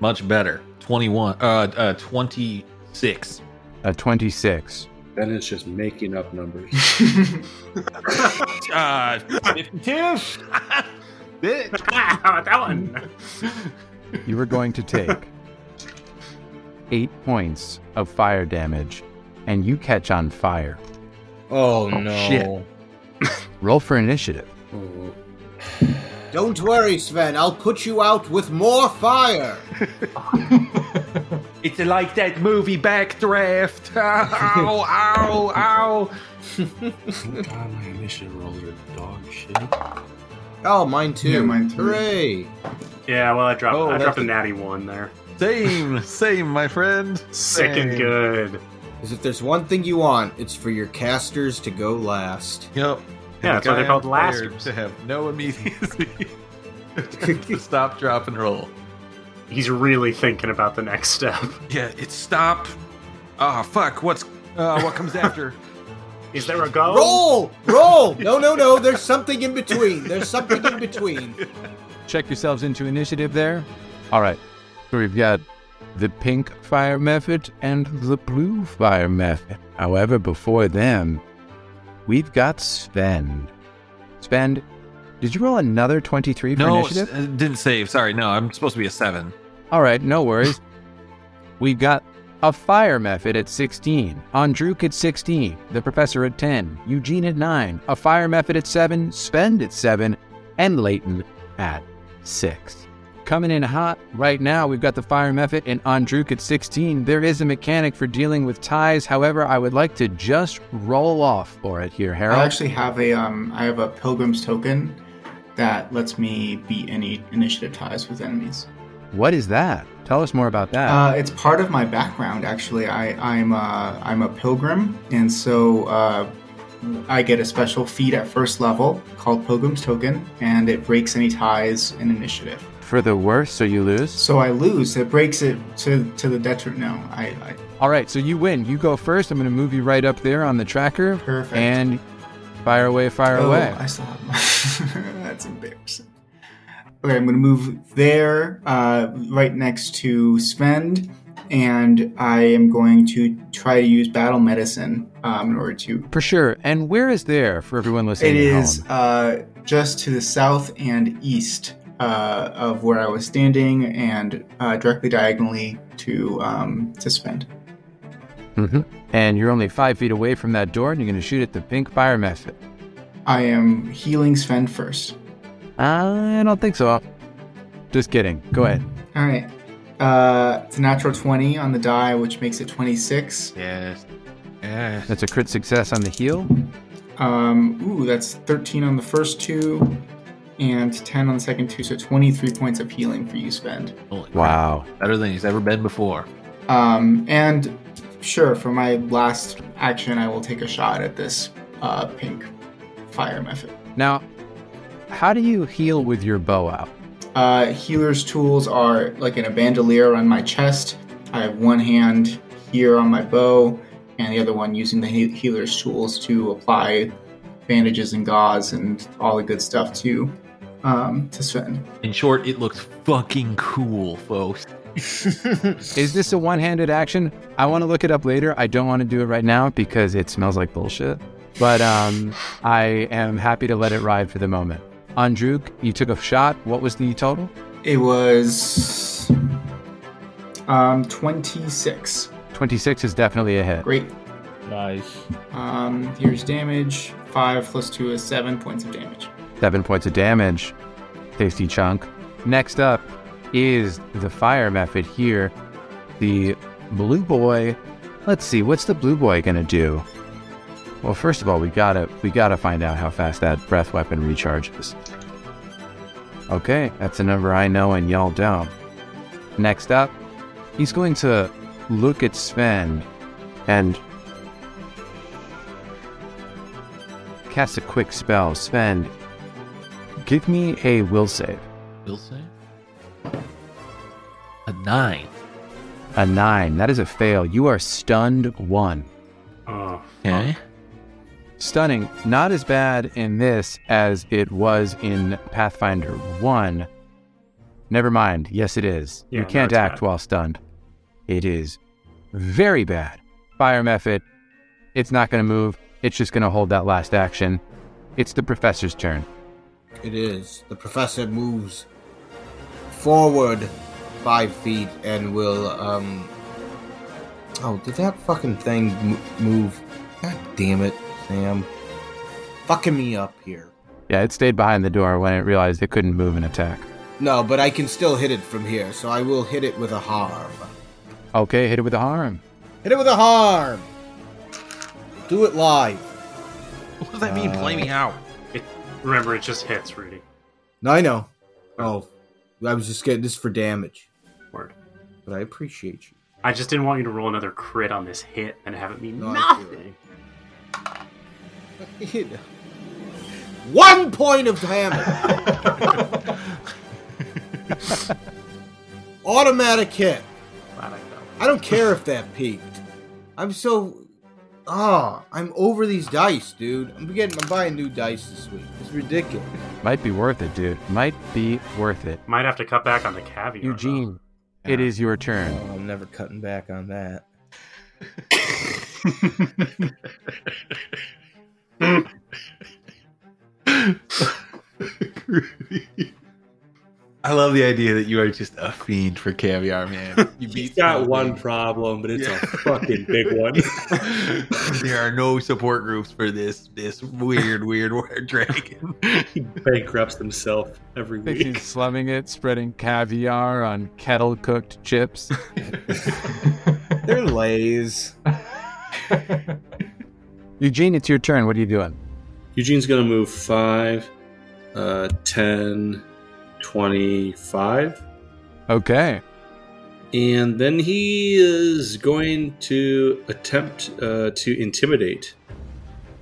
Speaker 11: much better. Twenty-one. Uh, uh twenty-six.
Speaker 2: A 26.
Speaker 8: Then it's just making up numbers.
Speaker 4: Uh, fifty-two.
Speaker 5: How about [laughs] that one?
Speaker 2: You are going to take [laughs] eight points of fire damage, and you catch on fire.
Speaker 10: Oh, no.
Speaker 2: Roll for initiative.
Speaker 6: Don't worry, Sven. I'll put you out with more fire.
Speaker 4: It's like that movie Backdraft. [laughs] Ow! Ow! Ow!
Speaker 8: God, my initiative rolls are dog shit.
Speaker 6: Oh, mine too.
Speaker 7: Yeah, mine too.
Speaker 6: Hooray!
Speaker 5: Yeah, well, I dropped
Speaker 11: Oh,
Speaker 5: I dropped a
Speaker 11: that's-
Speaker 5: natty one there.
Speaker 11: Same, same, my friend.
Speaker 5: Sick
Speaker 11: Same.
Speaker 5: and good.
Speaker 6: Because if there's one thing you want, it's for your casters to go last.
Speaker 11: Yep.
Speaker 5: Yeah, that's why
Speaker 11: I
Speaker 5: they're
Speaker 11: am
Speaker 5: called
Speaker 11: prepared
Speaker 5: lasters.
Speaker 11: To have no immediacy. [laughs] To stop, drop, and roll.
Speaker 5: He's really thinking about the next step.
Speaker 4: Yeah, it's stop. Ah, fuck. What's uh, what
Speaker 11: [laughs]
Speaker 4: comes after?
Speaker 5: Is there a go?
Speaker 6: Roll! Roll! No, no, no. There's something in between. There's something in between.
Speaker 2: Check yourselves into initiative there. All right. So we've got the pink fire method and the blue fire method. However, before them, we've got Sven. Sven, did you roll another 23 for
Speaker 4: No,
Speaker 2: initiative?
Speaker 4: s- uh, didn't save. Sorry. No, I'm supposed to be a seven.
Speaker 2: All right, no worries. We've got a fire method at 16, Andruk at 16, the professor at 10, Eugene at 9, a fire method at 7, Spend at 7, and Leighton at 6. Coming in hot right now, we've got the fire method and Andruk at 16. There is a mechanic for dealing with ties. However, I would like to just roll off for it here, Harold.
Speaker 7: I actually have a um, I have a pilgrim's token that lets me beat any initiative ties with enemies.
Speaker 2: what is that? Tell us more about that.
Speaker 7: Uh, it's part of my background, actually. I, I'm a, I'm a pilgrim, and so uh, I get a special feat at first level called Pilgrim's Token, and it breaks any ties in initiative.
Speaker 2: for the worse, so you lose?
Speaker 7: So I lose. It breaks it to to the detriment. No, I, I
Speaker 2: All right, so you win. You go first. I'm going to move you right up there on the tracker.
Speaker 7: Perfect.
Speaker 2: And fire away, fire
Speaker 7: Oh,
Speaker 2: away.
Speaker 7: I still have my. [laughs] That's embarrassing. Okay, I'm gonna move there, uh, right next to Sven, and I am going to try to use battle medicine um, in order to.
Speaker 2: For sure. And where is there for everyone listening?
Speaker 7: It
Speaker 2: at
Speaker 7: is
Speaker 2: home?
Speaker 7: uh, just to the south and east uh, of where I was standing, and uh, directly diagonally to um, to Sven.
Speaker 2: And you're only five feet away from that door, and you're going to shoot at the pink fire method.
Speaker 7: I am healing Sven first.
Speaker 2: I don't think so. Just kidding. Go ahead.
Speaker 7: All right. Uh, it's a natural 20 on the die, which makes it 26.
Speaker 11: Yes. Yes.
Speaker 2: That's a crit success on the heel.
Speaker 7: Um, ooh, that's 13 on the first two and 10 on the second two, so 23 points of healing for you, spend.
Speaker 11: Holy crap.
Speaker 2: Wow.
Speaker 11: Oh, Better than he's ever been before.
Speaker 7: Um, and sure, for my last action, I will take a shot at this uh, pink fire method.
Speaker 2: Now, how do you heal with your bow out?
Speaker 7: Uh, healer's tools are like in a bandolier on my chest. I have one hand here on my bow, and the other one using the he- healer's tools to apply bandages and gauze and all the good stuff to um, to Sven.
Speaker 11: In short, it looks fucking cool, folks.
Speaker 2: Is this a one-handed action? I want to look it up later. I don't want to do it right now because it smells like bullshit. But um, I am happy to let it ride for the moment. Andruk, you took a shot. What was the total?
Speaker 7: It was um, twenty six.
Speaker 2: 26 is definitely a hit.
Speaker 7: Great.
Speaker 10: Nice.
Speaker 7: Um, here's damage. Five plus two is seven points of damage.
Speaker 2: Seven points of damage. Tasty chunk. Next up is the fire method here. The blue boy. Let's see, what's the blue boy gonna do? Well, first of all, we gotta we gotta find out how fast that breath weapon recharges. Okay, that's a number I know and y'all don't. Next up, he's going to look at Sven and cast a quick spell. Sven, give me a will save.
Speaker 11: Will save? A nine.
Speaker 2: A nine. That is a fail. You are stunned one.
Speaker 3: Oh,
Speaker 11: Okay.
Speaker 2: Stunning. Not as bad in this as it was in Pathfinder 1. Never mind. Yes, it is.
Speaker 3: Yeah,
Speaker 2: you
Speaker 3: no,
Speaker 2: can't
Speaker 3: it's
Speaker 2: act
Speaker 3: bad.
Speaker 2: while stunned. It is very bad. Fire method. It's not going to move. It's just going to hold that last action. It's the professor's turn.
Speaker 6: It is. The professor moves forward five feet and will. um Oh, did that fucking thing m- move? God damn it, Sam. Fucking me up here.
Speaker 2: Yeah, it stayed behind the door when it realized it couldn't move an attack.
Speaker 6: No, but I can still hit it from here, so I will hit it with a harm.
Speaker 2: Okay, hit it with a harm.
Speaker 6: Hit it with a harm! Do it live.
Speaker 11: [laughs] What does that mean?
Speaker 8: Uh,
Speaker 11: Play me out.
Speaker 5: Remember, it just hits, Rudy.
Speaker 6: No, I know. Oh, I was just getting this for damage.
Speaker 5: Word.
Speaker 6: But I appreciate you.
Speaker 5: I just didn't want you to roll another crit on this hit and have it mean
Speaker 6: No, I feel
Speaker 5: nothing.
Speaker 6: [laughs] One point of damage. [laughs] Automatic hit.
Speaker 5: Glad I fell.
Speaker 6: I don't care if that peaked. I'm so. Ah, I'm over these dice, dude. I'm getting. I'm buying new dice this week. It's ridiculous.
Speaker 2: Might be worth it, dude. Might be worth it.
Speaker 5: Might have to cut back on the caviar. though.
Speaker 2: Eugene, it is your turn.
Speaker 3: [laughs]
Speaker 10: Oh, I'm never cutting back on that.
Speaker 11: I love the idea that you are just a fiend for caviar, [laughs] man. You
Speaker 8: He's
Speaker 11: beat
Speaker 8: got
Speaker 11: Snoop
Speaker 8: one
Speaker 11: Dogg.
Speaker 8: problem, but it's
Speaker 11: Yeah.
Speaker 8: a fucking big
Speaker 3: [laughs]
Speaker 8: one.
Speaker 11: [laughs] there are no support groups for this this weird, weird, weird [laughs] dragon.
Speaker 8: he bankrupts himself every
Speaker 2: He's
Speaker 8: week.
Speaker 2: slumming it, spreading caviar on kettle cooked chips.
Speaker 10: They're lays.
Speaker 2: Eugene, it's your turn. What are you doing?
Speaker 8: Eugene's going to move 5, uh, 10, 25.
Speaker 2: Okay.
Speaker 8: And then he is going to attempt uh, to intimidate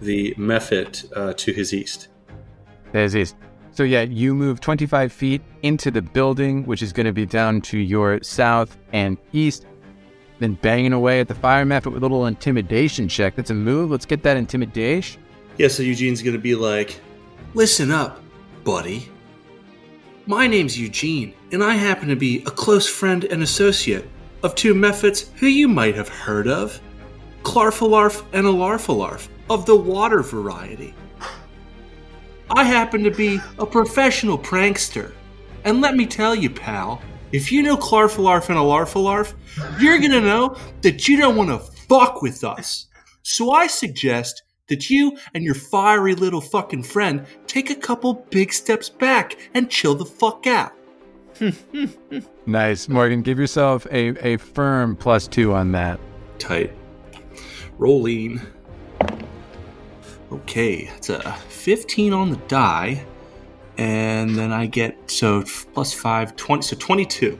Speaker 8: the Mephit uh, to his east.
Speaker 2: There's this. So, yeah, you move 25 feet into the building, which is going to be down to your south and east. Then banging away at the fire map with a little intimidation check. That's a move. Let's get that intimidation.
Speaker 8: Yeah, so Eugene's going to be like, Listen up, buddy. My name's Eugene, and I happen to be a close friend and associate of two Mephits who you might have heard of Clarfalarf and Alarfalarf of the water variety. I happen to be a professional prankster. And let me tell you, pal, if you know Clarfalarf and Alarfalarf, you're going to know that you don't want to fuck with us. So I suggest that you and your fiery little fucking friend take a couple big steps back and chill the fuck out.
Speaker 2: Nice. Morgan, give yourself a, a firm plus two on that.
Speaker 8: Tight. Rolling. Okay, it's a 15 on the die. And then I get, so f- plus 5, 20, so 22.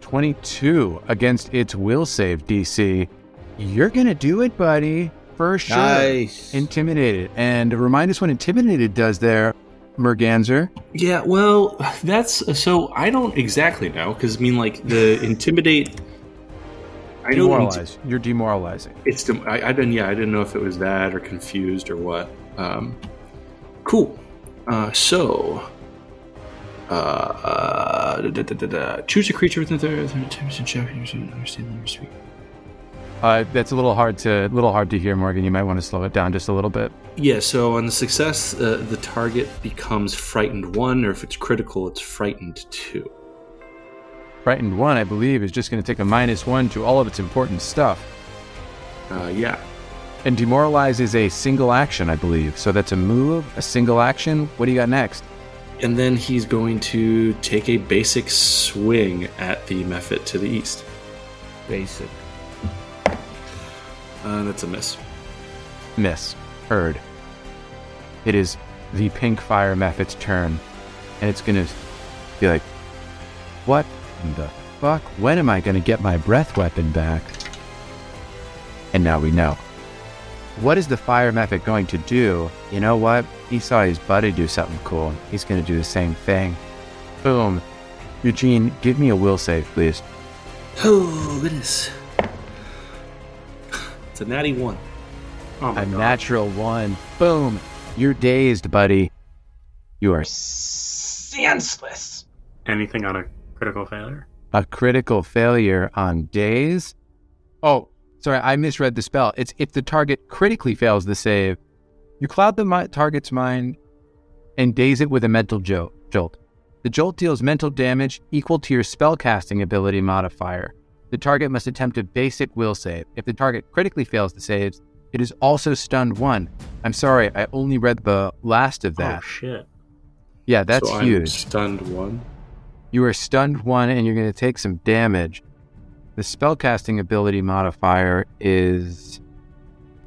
Speaker 2: 22 against its will save DC. You're going to do it, buddy. For sure.
Speaker 10: Nice.
Speaker 2: Intimidated. And remind us what intimidated does there, Merganzer.
Speaker 8: Yeah, well, that's so I don't exactly know because I mean, like the intimidate.
Speaker 3: I don't need to-
Speaker 2: Demoralize. You're demoralizing.
Speaker 3: It's dem- I, I didn't yeah I didn't know if it was that or confused or what. Um, cool. Uh, so uh, uh, da, da, da, da, da. choose a creature within the attempts and check you don't understand them or speak.
Speaker 2: Uh, that's a little hard to little hard to hear, Morgan. You might want to slow it down just a little bit.
Speaker 3: Yeah. So on the success, uh, the target becomes frightened one, or if it's critical, it's frightened two.
Speaker 2: Frightened one, I believe, is just going to take a minus one to all of its important stuff.
Speaker 3: Uh, yeah.
Speaker 2: And demoralize is a single action, I believe. So that's a move, a single action. What do you got next?
Speaker 3: And then he's going to take a basic swing at the Mephit to the east.
Speaker 10: Basic.
Speaker 3: Uh, that's a miss.
Speaker 2: Miss. Heard. It is the pink fire method's turn, and it's gonna be like, "What in the fuck? When am I gonna get my breath weapon back?" And now we know. What is the fire method going to do? You know what? He saw his buddy do something cool. He's gonna do the same thing. Boom. Eugene, give me a will save, please.
Speaker 3: Oh goodness. It's a natty one.
Speaker 5: Oh
Speaker 2: a natural one. Boom. You're dazed, buddy. You are
Speaker 9: Senseless.
Speaker 5: Anything on a critical failure?
Speaker 2: a critical failure on days. Oh, sorry, I misread the spell. It's if the target critically fails the save, you cloud the mi- target's mind and daze it with a mental jo- jolt. The jolt deals mental damage equal to your spellcasting ability modifier. The target must attempt a basic will save. If the target critically fails the saves, it is also stunned one. I'm sorry, I only read the last of that.
Speaker 3: Oh shit.
Speaker 2: yeah, that's
Speaker 3: So I'm
Speaker 2: huge.
Speaker 3: Stunned one.
Speaker 2: You are stunned one and you're going to take some damage. The spellcasting ability modifier is.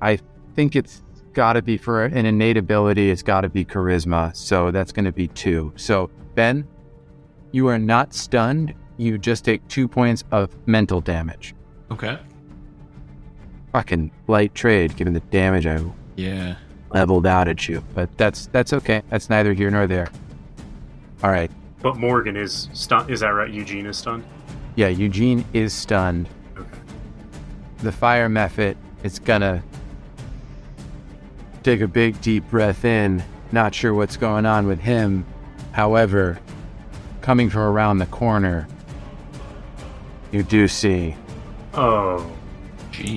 Speaker 2: I think it's got to be for an innate ability, it's got to be charisma. So that's going to be two. So, Ben, you are not stunned. You just take two points of mental damage.
Speaker 11: Okay.
Speaker 2: Fucking light trade given the damage I
Speaker 11: Yeah.
Speaker 2: leveled out at you. But that's that's okay. That's neither here nor there. All right.
Speaker 5: But Morgan is stunned. Is that right? Eugene is stunned.
Speaker 2: Yeah, Eugene is stunned. The fire method, it's gonna take a big deep breath in, not sure what's going on with him. However, coming from around the corner, you do see
Speaker 5: Oh,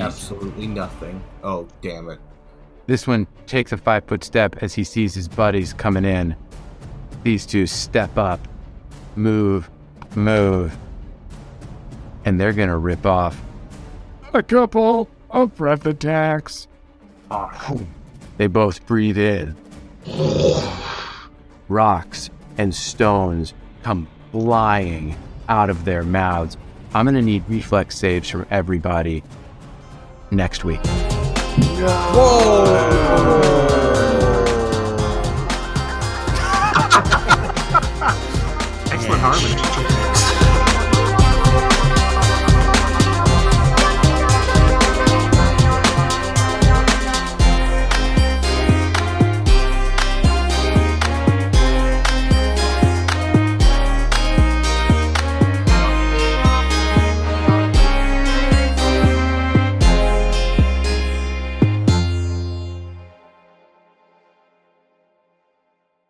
Speaker 6: Absolutely nothing. Oh, damn it.
Speaker 2: This one takes a five foot step as he sees his buddies coming in. These two step up, move, move, and they're gonna rip off a couple of breath attacks. They both breathe in. Rocks and stones come flying out of their mouths. I'm gonna need reflex saves from everybody next week.
Speaker 5: excellent harmony.